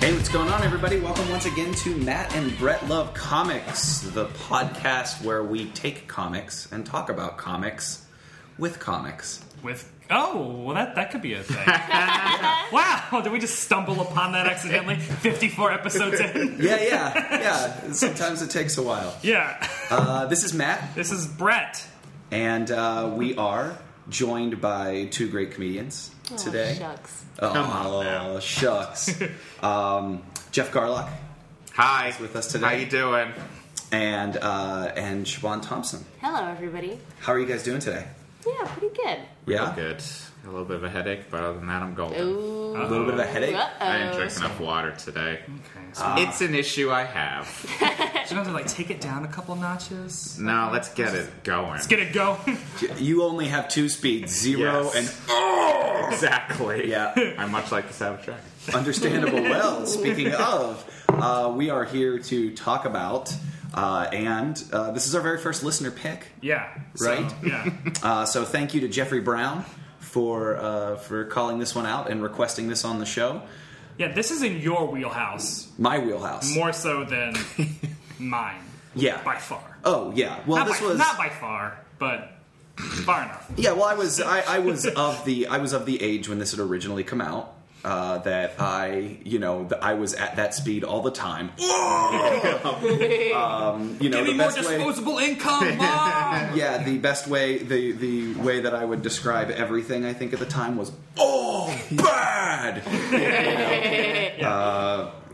Hey, what's going on, everybody? Welcome once again to Matt and Brett Love Comics, the podcast where we take comics and talk about comics with comics. With oh, well that that could be a thing. wow, did we just stumble upon that accidentally? Fifty-four episodes in. Yeah, yeah, yeah. Sometimes it takes a while. Yeah, Uh, this is Matt, this is Brett. and uh, we are joined by two great comedians today. Shucks. Oh, Come on now. shucks. um, Jeff Garlock Hi, with us today. How you doing? and uh, and Siobhan Thompson. Hello, everybody. How are you guys doing today? Yeah, pretty good. Yeah, good. A little bit of a headache, but other than that, I'm golden. Ooh. a little bit of a headache. Oh. I didn't drink Uh-oh. enough water today. Okay, so it's an issue I have. should I like take it down a couple notches? No, let's get it going. Let's get it go. You only have two speeds, zero Yes. and oh, exactly. Yeah. I'm much like the Savage Dragon. understandable. well, speaking of, uh, we are here to talk about, uh, and uh, this is our very first listener pick, yeah. right? Yeah. Uh, so thank you to Jeffrey Brown for uh, for calling this one out and requesting this on the show. Yeah. This is in your wheelhouse My wheelhouse. more so than mine. Yeah. By far. oh yeah. Well, not, this by, was not by far, but far enough. Yeah, well, I was I, I was of the I was of the age when this had originally come out. Uh, that I, you know, th I was at that speed all the time. um, you know, Give the me more best way. disposable income, mom. Yeah, the best way, the the way that I would describe everything, I think at the time was oh bad.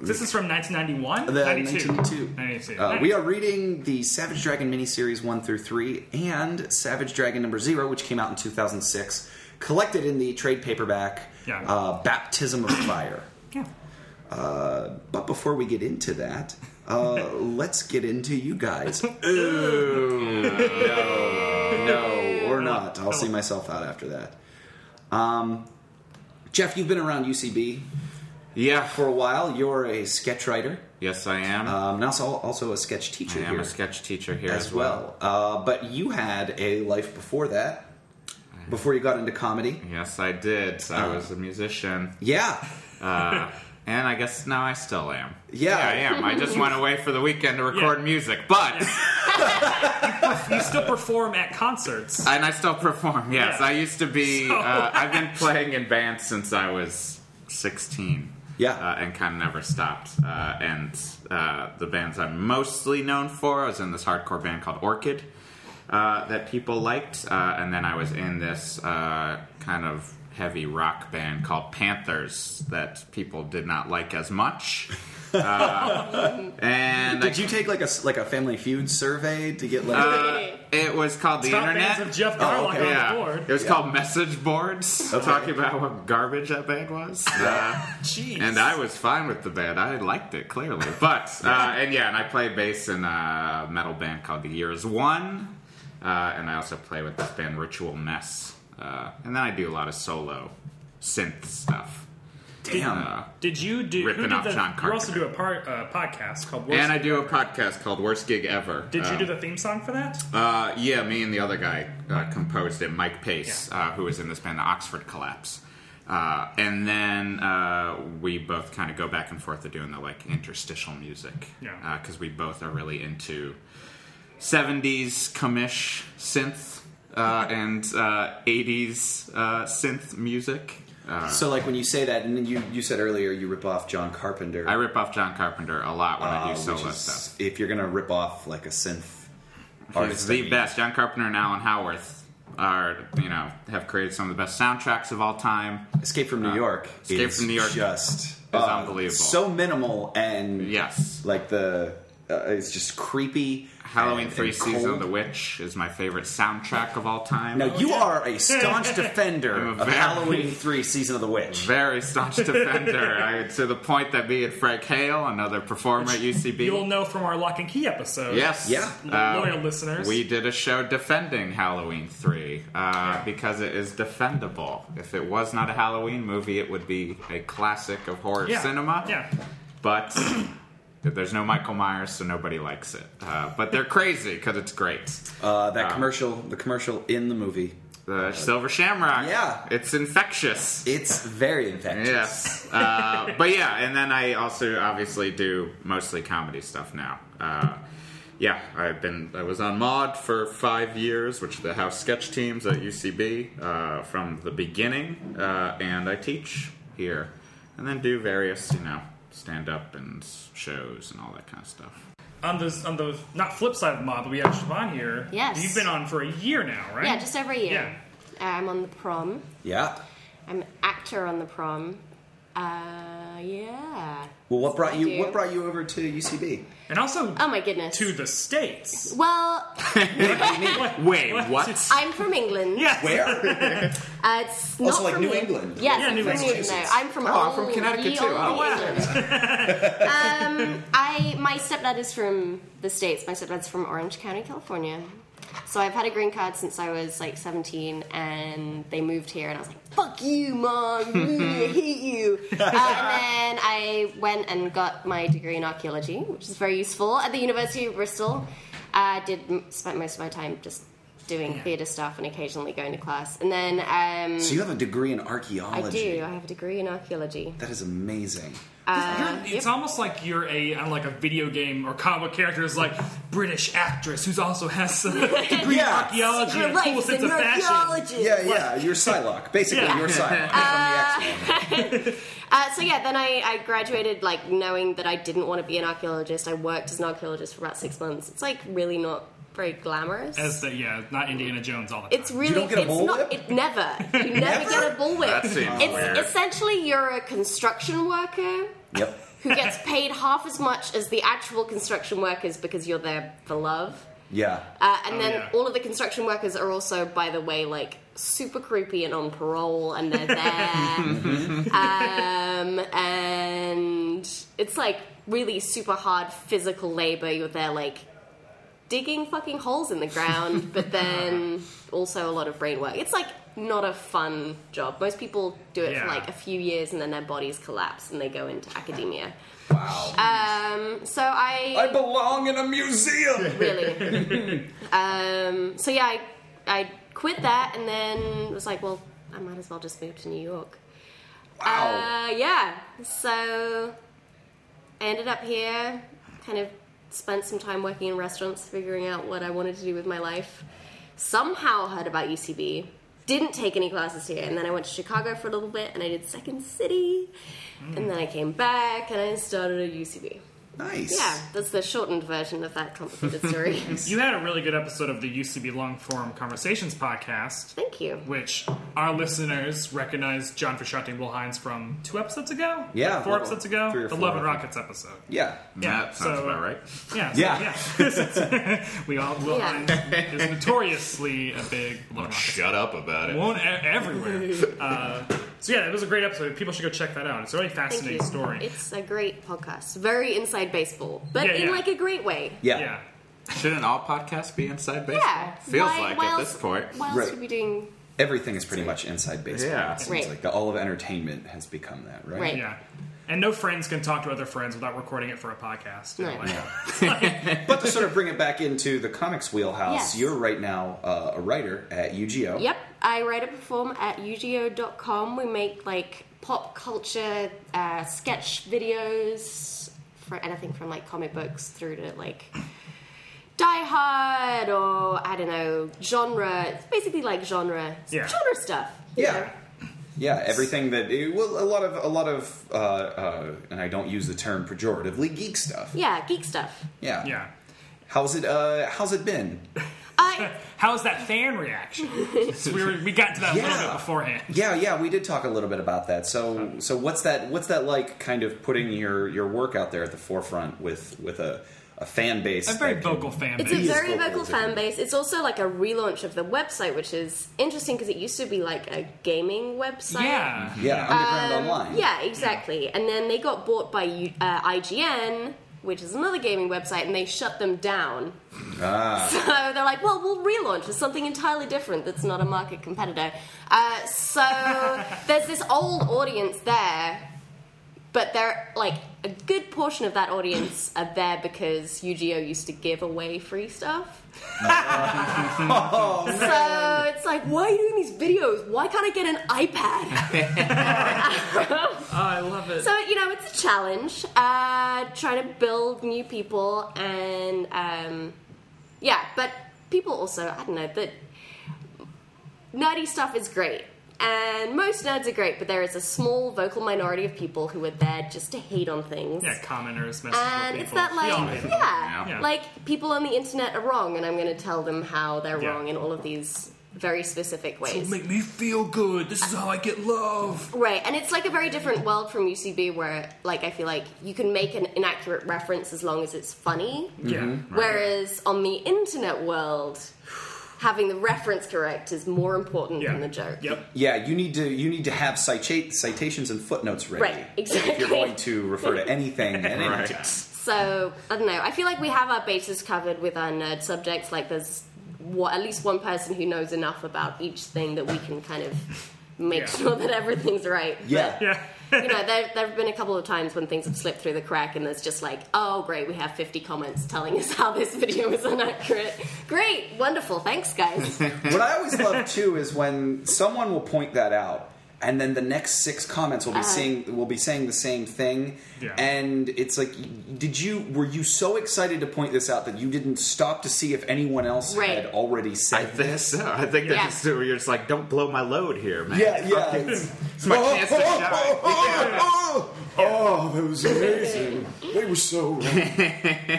this is from 1991. Uh, The 92. 1992. 92. Uh, we are reading the Savage Dragon miniseries 1 through 3 and Savage Dragon number 0, which came out in 2006, collected in the trade paperback Yeah. uh, Baptism of Fire. Yeah. Uh, but before we get into that, uh, let's get into you guys. no, or not. I'll see myself out after that. Um, Jeff, you've been around UCB Yeah. for a while. You're a sketch writer. Yes, I am. Um, and also, also a sketch teacher I am here a sketch teacher here as well. Uh, but you had a life before that, before you got into comedy. Yes, I did. I was a musician. Yeah, Uh, and I guess now I still am. Yeah. I am. I just went away for the weekend to record Yeah. music, but. You still perform at concerts. And I still perform. Yes, Yeah. I used to be. So- Uh, I've been playing in bands since I was sixteen. Yeah. uh, and kind of never stopped. Uh, and uh, the bands I'm mostly known for I was in this hardcore band called Orchid uh, that people liked, uh, and then I was in this uh, kind of heavy rock band called Panthers that people did not like as much. Uh, and I Uh, did you take like a s- like a Family Feud survey to get like? it was called the Top Internet. fans of Jeff Garlock Oh, okay. on Yeah, the board. it was called message boards. Talking about what garbage that band was, uh, Jeez. and I was fine with the band. I liked it clearly, but uh, and yeah, and I play bass in a metal band called The Years One, uh, and I also play with this band Ritual Mess, uh, and then I do a lot of solo synth stuff. damn. Uh, Did you do? Ripping who did off the, John You also do Carpenter. a part, uh, podcast called. Worst and I do a podcast called Worst Gig Ever. Did you Uh, do the theme song for that? Uh, yeah, me and the other guy uh, composed it, Mike Pace, uh, who was in this band, the Oxford Collapse. Uh, and then uh, we both kind of go back and forth to doing the like interstitial music, Yeah. because we both are really into '70s commish synth uh, and uh, '80s uh, synth music. Uh, So like when you say that, and then you you said earlier you rip off John Carpenter. I rip off John Carpenter a lot when I uh, do which solo is- stuff. If you're gonna rip off like a synth He's artist, I the mean. best. John Carpenter and Alan Howarth are, you know, have created some of the best soundtracks of all time. Escape from New York. uh, Escape is from New York just uh, unbelievable. So minimal and Yes. like the uh, it's just creepy. Halloween and- Three: and Season of cold. the Witch is my favorite soundtrack of all time. Now you are a staunch defender I'm a of very- Halloween Three: Season of the Witch. very staunch defender I, to the point that me and Frank Hale, another performer at You'll UCB, know from our Lock and Key episode. yes, Yeah. uh, Loyal listeners. we did a show defending Halloween Three uh, because it is defendable. If it was not a Halloween movie, it would be a classic of horror yeah. cinema. Yeah. but. There's no Michael Myers, so nobody likes it. Uh, but they're crazy because it's great. Uh, that commercial, the commercial in the movie, The Silver Shamrock. Yeah. It's infectious. It's very infectious. Yes. Uh, but yeah, and then I also obviously do mostly comedy stuff now. Uh, yeah, I've been I was on Mod for five years, which are the house sketch teams at UCB uh, from the beginning, uh, and I teach here, and then do various you know stand up and shows and all that kind of stuff. On those, on those, not flip side of mob, but we have Siobhan here. Yes. You've been on for a year now, right? Yeah, just every year. Yeah. I'm on the prom. Yeah. I'm an actor on the prom. Uh, yeah. Well, what brought you? do. What brought you over to UCB? And also Oh my goodness. to the states. well, Wait, what? I'm from England. Yes. Where? Uh, it's not Also, like, from New here. England. Yes, Yeah, I'm New from New England. Massachusetts. though. I'm from Oh, I'm from all Connecticut, ye too. olde Oh, wow. England. um, I my stepdad is from the states. My stepdad's from Orange County, California. So I've had a green card since I was like 17, and they moved here, and I was like, "Fuck you, mom! I hate you." uh, and then I went and got my degree in archaeology, which is very useful at the University of Bristol. I did m- spent most of my time just doing theatre stuff and occasionally going to class, and then um, so you have a degree in I archaeology. do. I have a degree in archaeology. That is amazing. Uh, You're- it's almost like you're a I don't know, like a video game or comic character is like British actress who's also has a degree in Yeah. archaeology Your and a cool sense of fashion. Yeah, yeah. You're Psylocke, basically. Yeah. You're Psylocke from the X Men. Uh, so yeah, then I, I graduated like knowing that I didn't want to be an archaeologist. I worked as an archaeologist for about six months. It's like really not very glamorous. As the yeah, not Indiana Jones all the time. it's really don't get a it's bullwhip? not it never. You never get a bullwhip. That seems it's weird. essentially you're a construction worker Yep. who gets paid half as much as the actual construction workers because you're there for love. Yeah. Uh, and Oh, then yeah. all of the construction workers are also, by the way, like super creepy and on parole, and they're there. um, and it's like really super hard physical labor. You're there like digging fucking holes in the ground, but then also a lot of brain work. It's like not a fun job. Most people do it Yeah. for like a few years and then their bodies collapse and they go into Mm-hmm. academia. Wow. Um, so I belong in a museum. really. um, so yeah, I, I quit that and then was like, well, I might as well just move to New York. Wow. Uh, yeah, so I ended up here, kind of spent some time working in restaurants, figuring out what I wanted to do with my life. Somehow heard about UCB, didn't take any classes here, and then I went to Chicago for a little bit and I did Second City, and then I came back and I started at UCB. nice. Yeah, that's the shortened version of that complicated story. you had a really good episode of the UCB Long Form Conversations podcast. Thank you. which our listeners recognize John Frusciante and Will Hines from two episodes ago? Yeah, Like four well, episodes ago? three or the four, Love and I think. Rockets episode. Yeah. Yeah, that sounds so- about right. Yeah, Yeah. so, yeah. we all, Will Yeah. Hines is notoriously a big Love and Rockets Shut up about it. Won't e- everywhere. Uh, so yeah, it was a great episode. People should go check that out. It's a really Thank fascinating you. story. It's a great podcast. Very inside baseball, but Yeah, in yeah. like a great way. Yeah. yeah. Shouldn't all podcasts be inside baseball? Yeah. Feels Why- like why at else- this point. Why else Right. would we be doing? Everything is pretty much inside baseball. Yeah. It seems Right. like the, all of entertainment has become that, right? Right. Yeah. And no friends can talk to other friends without recording it for a podcast. No. Like, But to sort of bring it back into the comics wheelhouse, Yes. you're right now uh, a writer at UGO. Yep. I write and perform at ugo.com. We make like pop culture uh, sketch videos for anything from like comic books through to like Die Hard or I don't know genre. It's basically like genre Yeah. genre stuff. you know? Yeah. Yeah, everything that eh, well, a lot of a lot of, uh, uh, and I don't use the term pejoratively, geek stuff. Yeah, geek stuff. Yeah, yeah. How's it? Uh, how's it been? I How's that fan reaction? So we, were, we got to that a little Yeah. bit beforehand. Yeah, yeah, we did talk a little bit about that. So, so what's that? What's that like? Kind of putting your your work out there at the forefront with with a, a fan base. A very that can- vocal fan It's base. a is very vocal, vocal isn't fan it? base. It's also like a relaunch of the website, which is interesting because it used to be like a gaming website. yeah. Yeah, underground online. Uh, Yeah, exactly. And then they got bought by U- uh, IGN, which is another gaming website, and they shut them down. Ah. So they're like, well, we'll relaunch with something entirely different that's not a market competitor. Uh, so there's this old audience there, but they're like a good portion of that audience are there because UGO used to give away free stuff. Oh, So it's like, why do making these videos. Why can't I get an iPad? Oh, I love it. so, you know, it's a challenge. Uh, trying to build new people and, um, yeah, but people also, I don't know, that nerdy stuff is great. And most nerds are great, but there is a small vocal minority of people who are there just to hate on things. yeah, commoners, message And people. it's that We all like, hate them. yeah, Yeah. like people on the internet are wrong, and I'm going to tell them how they're Yeah. wrong in all of these very specific ways. Make me feel good. This is how I get love. Right, and it's like a very different world from UCB, where like I feel like you can make an inaccurate reference as long as it's funny. Yeah. Whereas on the internet world, having the reference correct is more important Yeah. than the joke. Yep. Yeah, you need to you need to have cita- citations and footnotes ready. Right, exactly. If you're going to refer to anything and any Right. So I don't know. I feel like we have our bases covered with our nerd subjects. Like there's wa- at least one person who knows enough about each thing that we can kind of make Yeah. sure that everything's right. Yeah. Yeah. you know, there, there have been a couple of times when things have slipped through the crack, and there's just like, oh, great, we have 50 comments telling us how this video is inaccurate. Great, wonderful, thanks, guys. What I always love too is when someone will point that out, and then the next six comments will Uh-huh. be seeing will be saying the same thing, Yeah. and it's like, did you were you so excited to point this out that you didn't stop to see if anyone else Right. had already I said think this? so. I think Yeah. that's where you're just like, don't blow my load here, man. Yeah, yeah. It's, It's my chance to shine. oh, oh, oh, that was amazing. They were so right.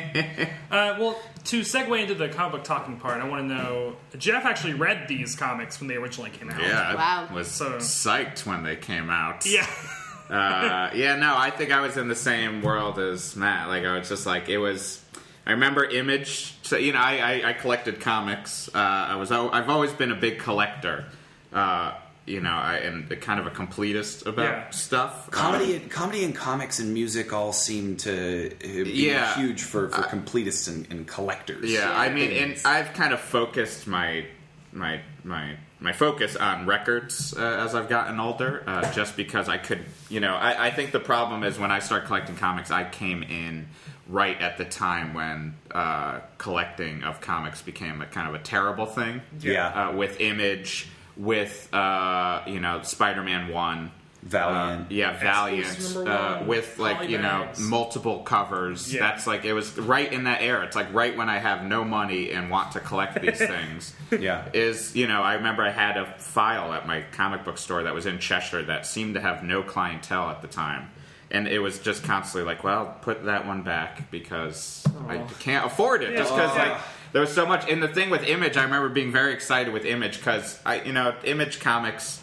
Uh, well, to segue into the comic book talking part, I want to know Jeff actually read these comics when they originally came out. Yeah, I Wow. was So- psyched when they came out. Yeah. uh, yeah, no, I think I was in the same world as Matt. Like, I was just like, it was. I remember Image. So you know, I, I, I collected comics. Uh, I was al- I've always been a big collector. Uh, you know, I, and kind of a completist about Yeah. stuff. Comedy, Um, and, comedy, and comics and music all seem to uh, be Yeah. Uh, huge for, for completists and, and collectors. yeah, I mean, and Things. I've kind of focused my my my my focus on records uh, as I've gotten older, uh, just because I could. You know, I, I think the problem is when I start collecting comics, I came in right at the time when uh, collecting of comics became a kind of a terrible thing. Yeah. uh, with Image, with uh, you know Spider-Man One. Valiant. Uh, yeah, Valiant. number Uh, one. with like you know Polybags. multiple covers. Yeah. That's like it was right in that era. It's like right when I have no money and want to collect these things. yeah. Is you know I remember I had a file at my comic book store that was in Cheshire that seemed to have no clientele at the time, and it was just constantly like, well, put that one back because I can't afford it. Just because Yeah. like there was so much. And the thing with Image, I remember being very excited with Image because I you know Image comics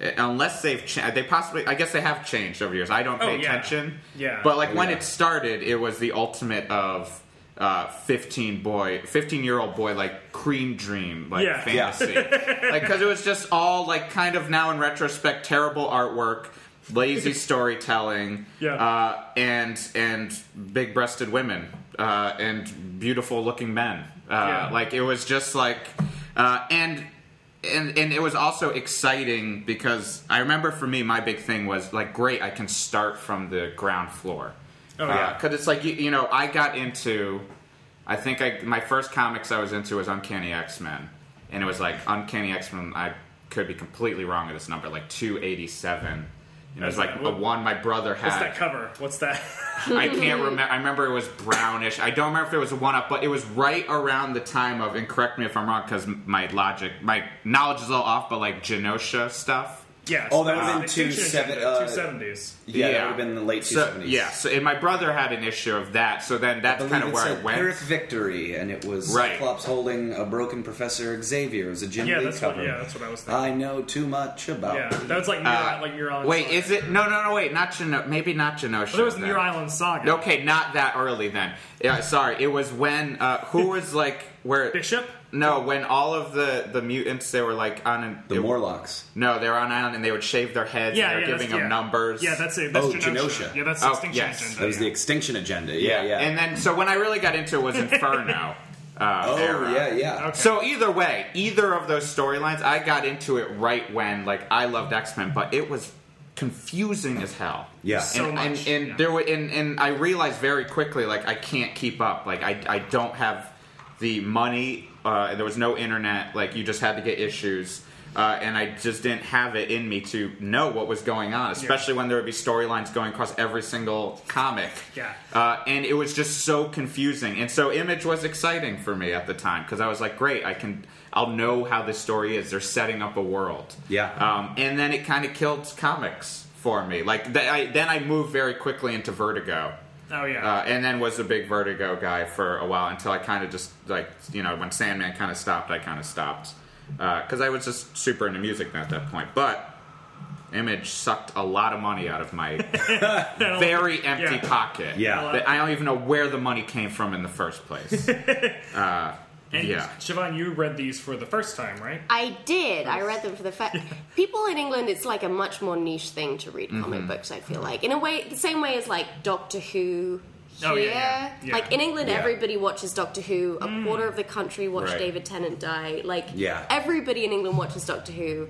eh, unless they've cha- they possibly I guess they have changed over years. I don't Oh, pay yeah. attention. Yeah. But like when Yeah. it started, it was the ultimate of uh, fifteen boy, fifteen year old boy like cream dream like Yeah. Yeah. fantasy, like because it was just all like kind of now in retrospect terrible artwork, lazy storytelling, Yeah. uh, and and big breasted women uh, and beautiful looking men. Uh, Yeah. Like it was just like uh, and and and it was also exciting because I remember for me my big thing was like great I can start from the ground floor. Oh, yeah. because it's like you, you know I got into I think I my first comics I was into was Uncanny X Men and it was like Uncanny X Men I could be completely wrong with this number like two eighty seven. And it was like a one my brother had. What's that cover? What's that? I can't remember. I remember it was brownish. I don't remember if it was a one up, but it was right around the time of. And correct me if I'm wrong, because my logic, my knowledge is all off. But like Genosha stuff. yes. Oh, that would've been It's two fiction seven- agenda, uh, two seventies. Yeah, that would have been the late So- 70s. Yeah. So and my brother had an issue of that. So then that's believe kind of it where I said went. Pyrrhic Victory, and it was Right. Cyclops holding a broken Professor Xavier. It was a Jim Yeah, Lee that's what. cover. Yeah, that's what I was thinking. I know too much about. yeah, that was like Muir, Uh, like Muir Island. wait, Saga. is it? No, no, no. Wait, not Geno. Maybe not Genosha. Well, there was the then. Muir Island Saga. Okay, not that early then. Yeah, sorry. It was when uh, who was like where Bishop. No, when all of the the mutants they were like on an, The it- Morlocks. No, they were on island and they would shave their heads. Yeah, and they yeah, were that's- giving them yeah. numbers. Yeah, that's it. That's Oh, Genosha. Genosha. Yeah, that's Oh, Extinction yes. Agenda. That was yeah. the Extinction Agenda. Yeah, yeah, yeah. And then, so when I really got into it was Inferno. uh, oh, era. yeah, yeah. Okay. So either way, either of those storylines, I got into it right when like I loved X Men, but it was confusing as hell. Yeah. and, So much, and, and yeah. there were, and, and I realized very quickly like I can't keep up. Like I, I don't have the money. Uh, there was no internet. Like you just had to get issues. Uh, and I just didn't have it in me to know what was going on, especially when there would be storylines going across every single comic. Yeah. Uh, and it was just so confusing. And so Image was exciting for me at the time because I was like, great, I can, I'll know how this story is. They're setting up a world. Yeah. Um, and then it kind of killed comics for me. Like th- I, then I moved very quickly into Vertigo. Oh yeah. Uh, and then was a big Vertigo guy for a while until I kind of just like you know when Sandman kind of stopped, I kind of stopped because I was just super into music at that point. But Image sucked a lot of money out of my very empty Yeah. pocket. Yeah. that I don't even know where the money came from in the first place. and yeah. Siobhan, you read these for the first time, right? I did. I read them for the fact. People in England, it's like a much more niche thing to read comic Mm-hmm. books. I feel like, in a way, the same way as like Doctor Who. Here, Oh, yeah, yeah, yeah. Mm. like in England, Yeah. everybody watches Doctor Who. A quarter of the country watched Right. David Tennant die. Like, Yeah. everybody in England watches Doctor Who.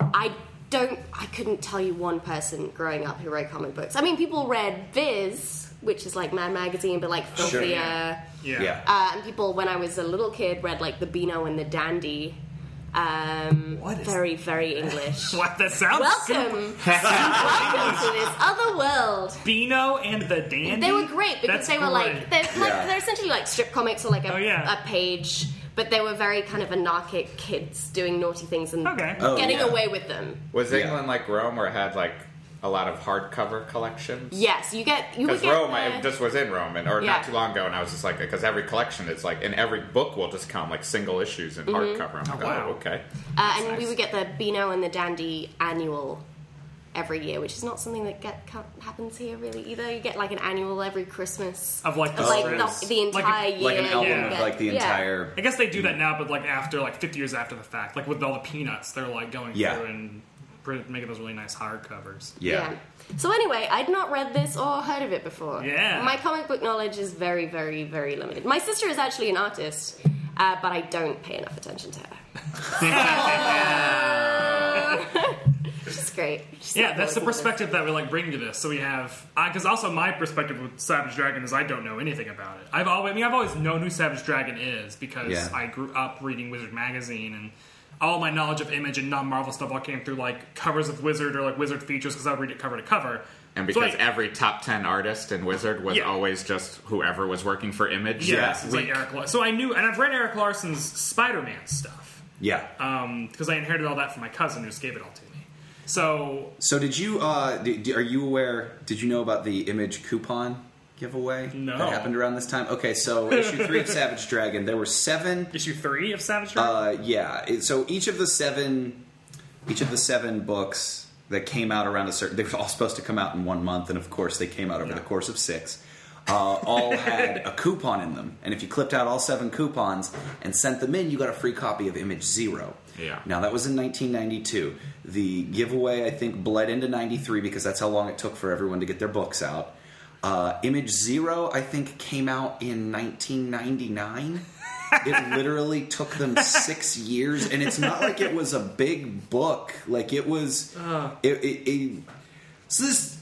I don't. I couldn't tell you one person growing up who read comic books. I mean, people read Viz, which is like Mad Magazine, but like filthier. Sure, Yeah. Yeah. Uh, and people, when I was a little kid, read like the Beano and the Dandy. Um, What is- very, very English. What that sounds. Welcome, welcome to this other world. Beano and the Dandy. They were great because That's they were like great. they're, like Yeah. they're essentially like strip comics or like a, Oh, yeah. a page, but they were very kind of anarchic kids doing naughty things and Okay. Oh, getting yeah. away with them. Was Yeah. England like Rome, where it had like a lot of hardcover collections? Yes, you get you would Because get Rome, the- I just was in Rome, and or Yeah. not too long ago, and I was just like, because every collection is like, and every book will just come like single issues in hardcover. I'm like, oh, wow. okay. Uh, and we would get the Beano and the Dandy annual every year, which is not something that get ca- happens here really either. You get like an annual every Christmas Of, like, the like strips. the, the Like a- entire year, like an you album yeah. of get- like the yeah. entire. I guess they do that now, but like after like 50 years after the fact, like with all the peanuts, they're like going Yeah. through and print, making those really nice hard covers. Yeah. So anyway, I'd not read this or heard of it before. Yeah. My comic book knowledge is very, very, very limited. My sister is actually an artist, uh, but I don't pay enough attention to her. She's great. She's Yeah, not that's the always in perspective that we like bring to this. So we have, because also my perspective with Savage Dragon is I don't know anything about it. I've always, I mean, I've always known who Savage Dragon is because Yeah. I grew up reading Wizard magazine, and all my knowledge of Image and non-Marvel stuff all came through like covers of Wizard or like Wizard features because I would read it cover to cover. And So, because like, every top ten artist in Wizard was Yeah. always just whoever was working for Image. Yeah. yes, it's like weak. Eric. Lar- So I knew, and I've read Eric Larson's Spider-Man stuff. Yeah. because I inherited all that from my cousin who just gave it all to me. So so did you? Uh, d d- are you aware? Did you know about the image coupon giveaway No. that happened around this time? Okay, so issue three of Savage Dragon, there were seven. issue three of Savage Dragon. Uh, yeah. It- So each of the seven, each of the seven books that came out around a certain, they were all supposed to come out in one month, and of course they came out over the course of six. Uh, all had a coupon in them, and if you clipped out all seven coupons and sent them in, you got a free copy of Image Zero. Yeah. Now that was in 1992. The giveaway I think bled into '93 because that's how long it took for everyone to get their books out. Uh, Image Zero I think came out in 1999. it literally took them six years, and it's not like it was a big book. Like it was, it, it, it- so this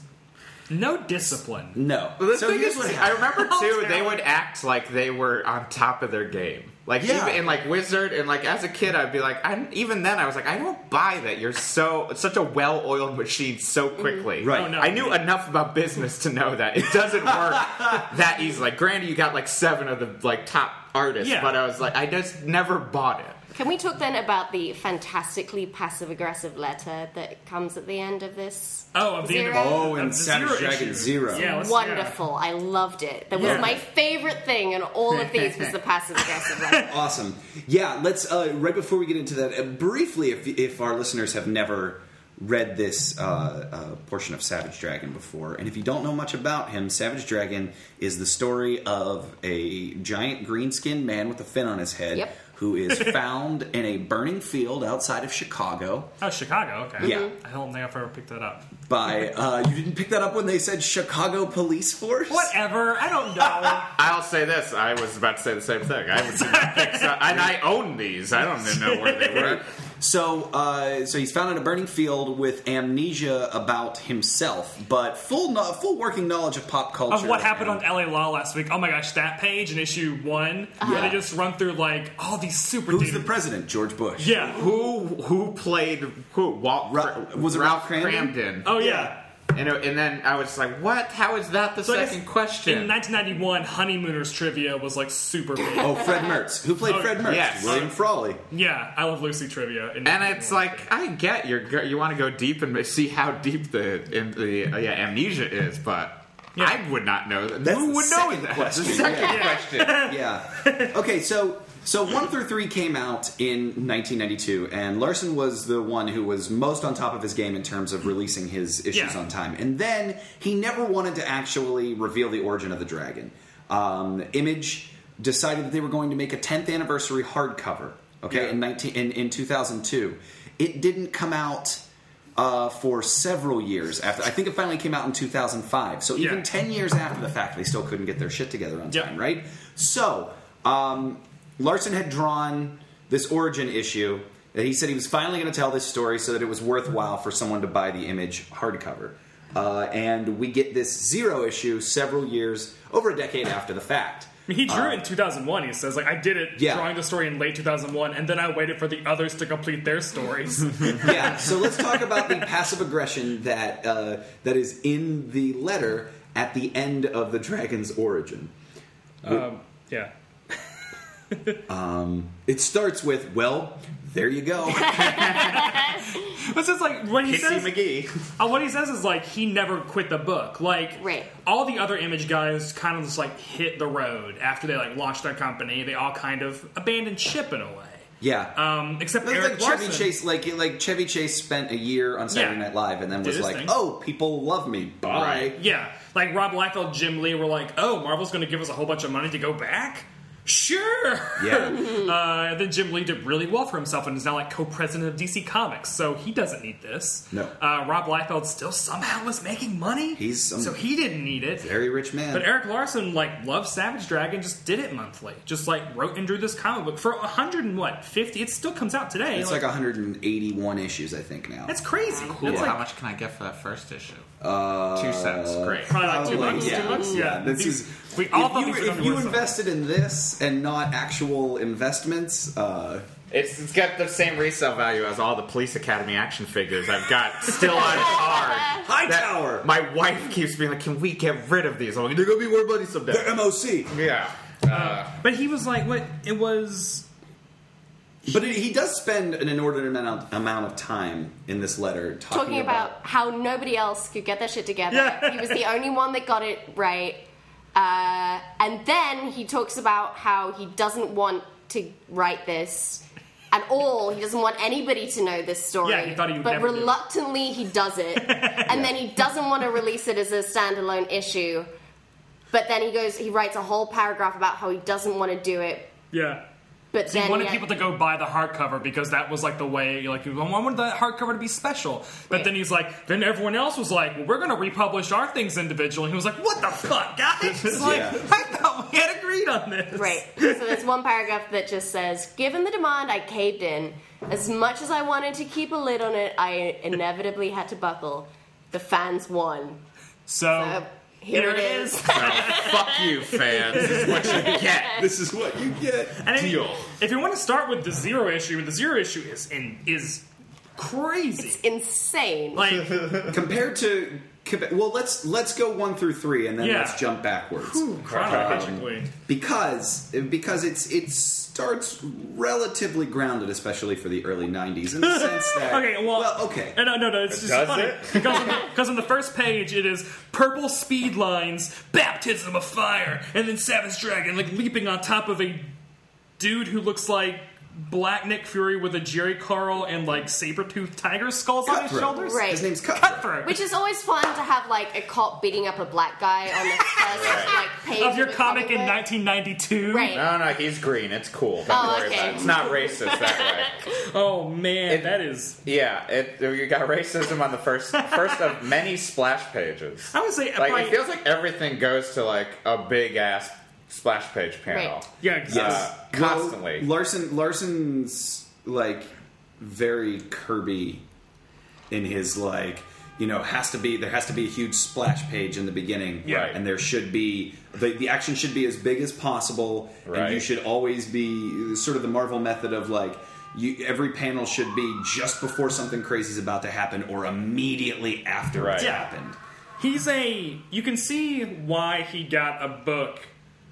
no discipline. no. Well, The so thing here's is, what I happened. remember I'll too. tell They you. would act like they were on top of their game. Like Yeah. even and like Wizard and like as a kid, I'd be like, I even then I was like, I don't buy that you're so such a well-oiled machine so quickly. Mm-hmm. Right. Oh, no. I knew enough about business to know that it doesn't work that easy. Like, granted, you got like seven of the like top artists, Yeah. but I was like, I just never bought it. Can we talk then about the fantastically passive aggressive letter that comes at the end of this? Oh, of the end of- Zero? Oh, of and the Savage zero Dragon issue. Zero. Yeah, let's- Wonderful. I loved it. That was Yeah. my favorite thing, and all of these was the passive aggressive letter. Awesome. Yeah, let's uh, right before we get into that uh, briefly. If if our listeners have never read this uh, uh, portion of Savage Dragon before, and if you don't know much about him, Savage Dragon is the story of a giant green-skinned man with a fin on his head Yep. who is found in a burning field outside of Chicago Oh, Chicago. Okay. Yeah. I don't think I've ever picked that up. by uh, you didn't pick that up when they said Chicago Police Force. Whatever. I don't know. I'll say this: I was about to say the same thing. I was, and I own these. I don't even know where they were. So, uh, so he's found in a burning field with amnesia about himself, but full no- full working knowledge of pop culture Of what happened on and- LA Law last week. Oh my gosh, that page in issue one, where they Yeah. just run through like all these super Who's dudes. the president? George Bush. yeah. Who who played who? Walt Ra- was it Ralph Cramden? Oh yeah. And, and then I was like, what? How is that the So I guess second question? In 1991, Honeymooners trivia was like super big. Oh, Fred Mertz. Who played Oh, Fred Mertz? yes. William Frawley. yeah, I love Lucy trivia. in and it's 1991. like I get you're go- you want to go deep and see how deep the in the uh, yeah amnesia is, but Yeah. I would not know that. That's Who the would know second that? question. The second Yeah. question. Yeah. Okay, so so one through three came out in 1992, and Larson was the one who was most on top of his game in terms of releasing his issues Yeah. on time. And then he never wanted to actually reveal the origin of the dragon. Um, Image decided that they were going to make a 10th anniversary hardcover. Okay, Yeah. in 19 in, in 2002, it didn't come out. Uh, for several years after, I think it finally came out in 2005. So even Yeah. 10 years after the fact, they still couldn't get their shit together on Yep. time, right? So, um, Larson had drawn this origin issue that he said he was finally going to tell this story so that it was worthwhile for someone to buy the image hardcover. Uh, and we get this zero issue several years, over a decade after the fact. I mean, he drew in 2001. He says, like, I did it uh, Yeah. drawing the story in late 2001, and then I waited for the others to complete their stories. yeah. So let's talk about the passive aggression that uh, that is in the letter at the end of the dragon's origin. um, yeah. It starts with, "Well, there you go." This is like when he Kissy says, McGee. uh, what he says is like he never quit the book. Like Right. all the other image guys kind of just like hit the road after they like launched their company. They all kind of abandoned ship in a way. Yeah. Um, except That's Eric like Chevy Larson. Chase, like like Chevy Chase spent a year on Saturday Yeah. Night Live and then Did was his like, thing. "Oh, people love me, bye." Right. Yeah, like Rob Liefeld, Jim Lee were like, "Oh, Marvel's going to give us a whole bunch of money to go back." Sure. Yeah, Uh, then Jim Lee did really well for himself and is now like co-president of DC Comics, so he doesn't need this. No. Uh, Rob Liefeld still somehow was making money. He's some- so he didn't need it. very rich man. But Eric Larson, like, loved Savage Dragon, just did it monthly. Just like wrote and drew this comic book for a hundred and what fifty. It still comes out today. it's like 181 issues, I think now. that's crazy. Cool. That's How like much can I get for that first issue? uh, Two cents. Great. probably like two Probably, bucks. yeah. Two bucks. Yeah. Yeah, this These- is- we all If thought you, these were gonna if be you worth something. invested in this and not actual investments, uh, It's, it's got the same resale value as all the Police Academy action figures I've got still on card. That- Hightower, My wife keeps being like, "Can we get rid of these? I'm like, They're gonna be worth money the someday." MOC. Yeah. But he was like, what? It was But it, he does spend an inordinate amount, amount of time in this letter talking, talking about how nobody else could get their shit together. Yeah. He was the only one that got it right. Uh, and then he talks about how he doesn't want to write this at all. He doesn't want anybody to know this story. Yeah, he thought he would but never do it. reluctantly he does it. and then he doesn't want to release it as a standalone issue. But then he goes he writes a whole paragraph about how he doesn't want to do it. yeah. But So then he wanted yet- people to go buy the hardcover because that was like the way, like, he wanted the hardcover to be special. But Right. then he's like, then everyone else was like, well, we're going to republish our things individually. And he was like, what the fuck, guys? It's like, Yeah. I thought we had agreed on this. Right. So there's one paragraph that just says, "Given the demand, I caved in. As much as I wanted to keep a lid on it, I inevitably had to buckle. The fans won. So, Uh, here, it is. Fuck you, fans. This is what you get. This is what you get. And if, Deal. if you want to start with the zero issue, the zero issue is in, is crazy. It's insane. like, Compared to, compa- well, let's let's go one through three and then Yeah. let's jump backwards. chronologically. because because it's it starts relatively grounded, especially for the early '90s, in the sense that Okay, well, okay, Uh, No, no, no. It's just Does funny it? because on, the, because on the first page it is purple speed lines, baptism of fire, and then Savage Dragon like leaping on top of a dude who looks like Black Nick Fury with a Jerry Carl and like saber toothed tiger skulls on his Cutthroat. shoulders. Right. his name's Cutthroat. Cutthroat. which is always fun to have like a cop beating up a black guy on the first like page of your a comic in book. 1992. Right. No, no, he's green. It's cool. Don't Oh, worry okay. about it. It's not racist that way. Oh man, It- that is. Yeah, it, you got racism on the first first of many splash pages. I would say Like probably- it feels like everything goes to like a big ass splash page panel. Right. yeah. Yes, Uh, constantly. Well, Larson Larson's like very Kirby in his like you know has to be there has to be a huge splash page in the beginning Yeah. and there should be the, the action should be as big as possible and you Right. should always be sort of the marvel method of like you, every panel should be just before something crazy is about to happen or immediately after it's Right. happened he's a you can see why he got a book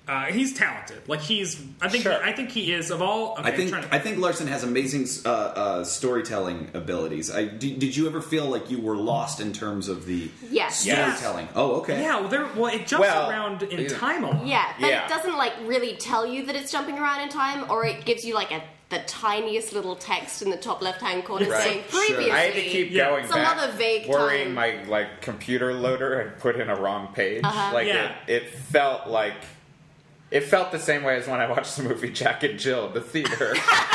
uh, he's talented like he's i think Sure. i think he is of all okay, I think I'm trying to, I think Larson has amazing uh, uh, storytelling abilities. I, did, did you ever feel like you were lost in terms of the Yes. Yes. storytelling? Oh, okay. yeah well, there, well it jumps Well, around in yeah. time a lot Yeah, but Yeah. it doesn't like really tell you that it's jumping around in time, or it gives you like a the tiniest little text in the top left hand corner Right. saying Sure. previously. I had to keep Yeah. going It's a back, lot of vague time. worrying my like computer loader had put in a wrong page. Uh-huh. Like Yeah. it, it felt like it felt the same way as when I watched the movie Jack and Jill at the theater.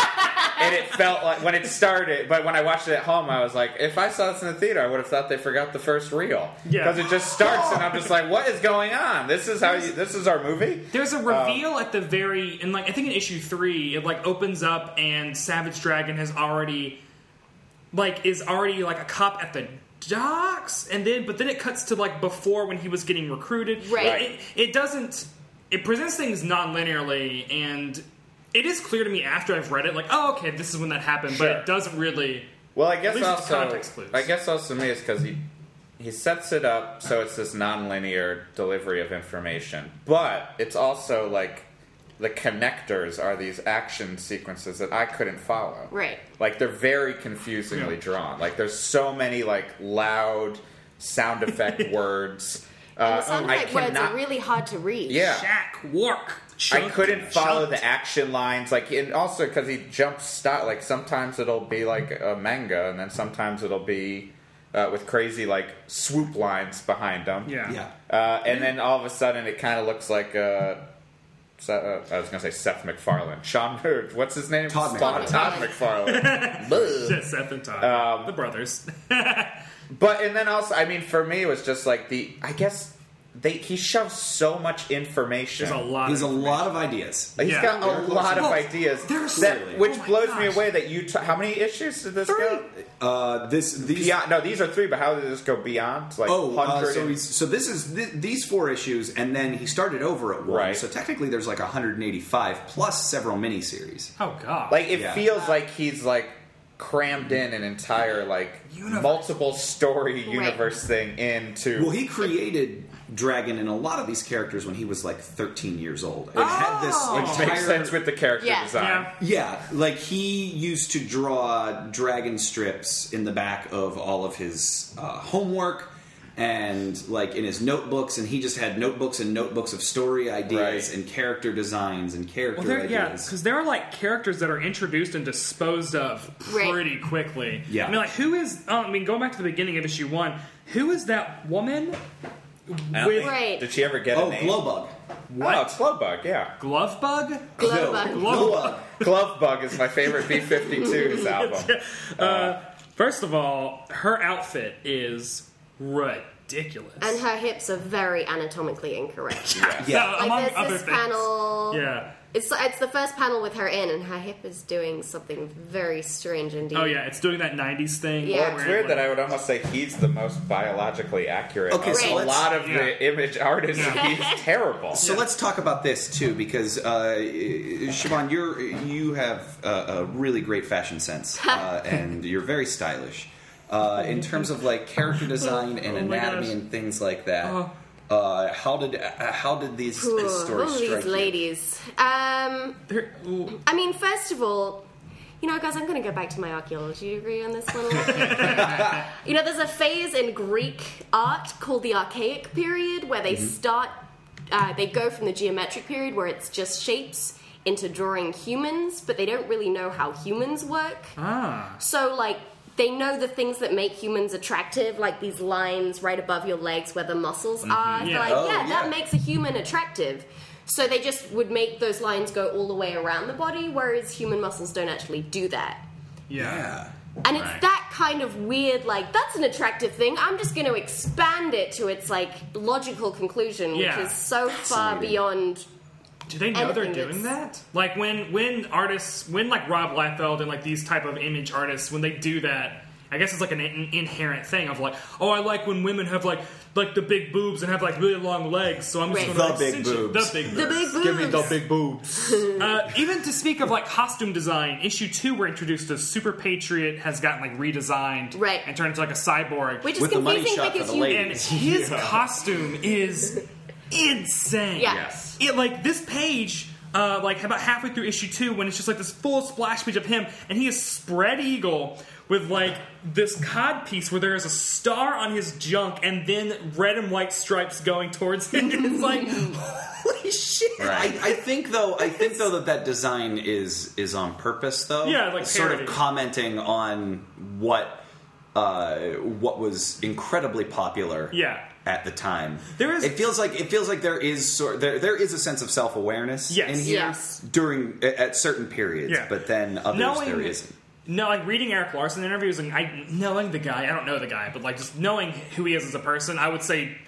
and it felt like when it started, but when I watched it at home, I was like, if I saw this in the theater, I would have thought they forgot the first reel Yeah. because it just starts, and I'm just like, what is going on? This is how you, this is our movie. There's a reveal at the very and like I think in issue three, it like opens up and Savage Dragon has already like is already like a cop at the docks and then but then it cuts to like before when he was getting recruited. Right. It, it doesn't it presents things non-linearly and it is clear to me after I've read it, like, oh okay, this is when that happened, but Sure. it doesn't really Well, I guess least it's also, context clues. I guess also me is because he he sets it up so it's this nonlinear delivery of information, but it's also like the connectors are these action sequences that I couldn't follow. Right. Like they're very confusingly Yeah. drawn. Like there's so many like loud sound effect words. Uh, the sound I effect words cannot- are really hard to read. yeah. Jack Wark. I couldn't follow that. the action lines, like, and also because he jumps style. Like sometimes it'll be like a manga, and then sometimes it'll be uh, with crazy like swoop lines behind him. Yeah. Yeah. Uh, and then all of a sudden, it kind of looks like uh, Se- uh, I was gonna say Seth MacFarlane, Sean, what's his name? Todd Todd, McFarlane. Todd McFarlane. Boo. Yes, Seth and Todd. Um, the brothers. But and then also, I mean, for me, it was just like the. I guess they he shoves so much information. There's a lot He's a of lot of ideas. He's Yeah. got a Well, lot of well, ideas, there's- that, Clearly. which Oh my blows me gosh. away that you. T- how many issues did this go? Uh, this these Beyond, no, these are three, but how did this go beyond? Like oh uh, 100 so and- he's, so this is th- these four issues, and then he started over at one. Right. So technically, there's like 185 plus several miniseries. Oh god. like it Yeah. feels like he's like crammed in an entire like Universe. multiple story universe thing into. Well, he created Dragon and a lot of these characters when he was like 13 years old. It had Oh. this which entire makes sense with the character Yeah. design. Yeah. Yeah, like he used to draw dragon strips in the back of all of his uh, homework and like in his notebooks, and he just had notebooks and notebooks of story ideas Right. and character designs and character Well, there, yeah, ideas. because there are like characters that are introduced and disposed of Right. pretty quickly. Yeah. I mean, like who is? Oh, I mean, going back to the beginning of issue one, who is that woman? I don't With- think- Right. Did she ever get a oh, name? Glowbug. Oh, What? Glowbug, yeah. Glove bug? No, Glowbug. Glowbug. Glovebug is my favorite B52's album. Uh, First of all, her outfit is ridiculous. And her hips are very anatomically incorrect. Yeah. among Like there's other this things. panel. Yeah. It's it's the first panel with her in, and her hip is doing something very strange indeed. Oh yeah, it's doing that '90s thing. Yeah. where It's weird like- that I would almost say he's the most biologically accurate. Okay, of so a let's- lot of Yeah. the image artists, he's terrible. So let's talk about this too, because uh, Siobhan, you're you have a, a really great fashion sense, uh, and you're very stylish. Uh, in terms of like character Oh design and my anatomy gosh. and things like that, Oh. uh, how did uh, how did these Uh-huh. Ooh, this story all strike these you? ladies. Um, There- ooh, I mean, first of all, you know, guys, I'm going to go back to my archaeology degree on this one. a little bit. you know, there's a phase in Greek art called the Archaic period where Mm-hmm. they start, uh, they go from the geometric period where it's just shapes into drawing humans, but they don't really know how humans work. ah, So, like, they know the things that make humans attractive, like these lines right above your legs where the muscles are. Mm-hmm. Yeah. They're like, Oh, yeah, yeah. that makes a human attractive. So they just would make those lines go all the way around the body, whereas human muscles don't actually do that. yeah. Yeah. And it's Right. that kind of weird, like, that's an attractive thing. I'm just going to expand it to its, like, logical conclusion, Yeah. which is so far Fascinating. beyond Do they know they're Anything doing that? that's- Like when when artists when like Rob Liefeld and like these type of image artists when they do that, I guess it's like an in- inherent thing of like, oh, I like when women have like like the big boobs and have like really long legs, so I'm just Right. going to The big boobs. the big The boobs. big boobs. Give me the big boobs. Uh, even to speak of like costume design, issue two we're introduced to Super Patriot has gotten like redesigned Right. and turned into like a cyborg. Which is With the money confusing shot for because the you. lady. and his costume is insane. Yeah. Yes. It like this page, uh, like about halfway through issue two, when it's just like this full splash page of him, and he is spread eagle with like this cod piece where there is a star on his junk, and then red and white stripes going towards him. it's like holy shit. I, I think though, I think though that that design is is on purpose though. Yeah, like sort of parody. commenting on what uh, what was incredibly popular. Yeah. At the time, There is- It feels like it feels like there is sort there there is a sense of self awareness Yes. in here Yes. during at- at certain periods, Yeah. but then others there isn't. No, like reading Eric Larson interviews and I knowing the guy, I don't know the guy, but like just knowing who he is as a person, I would say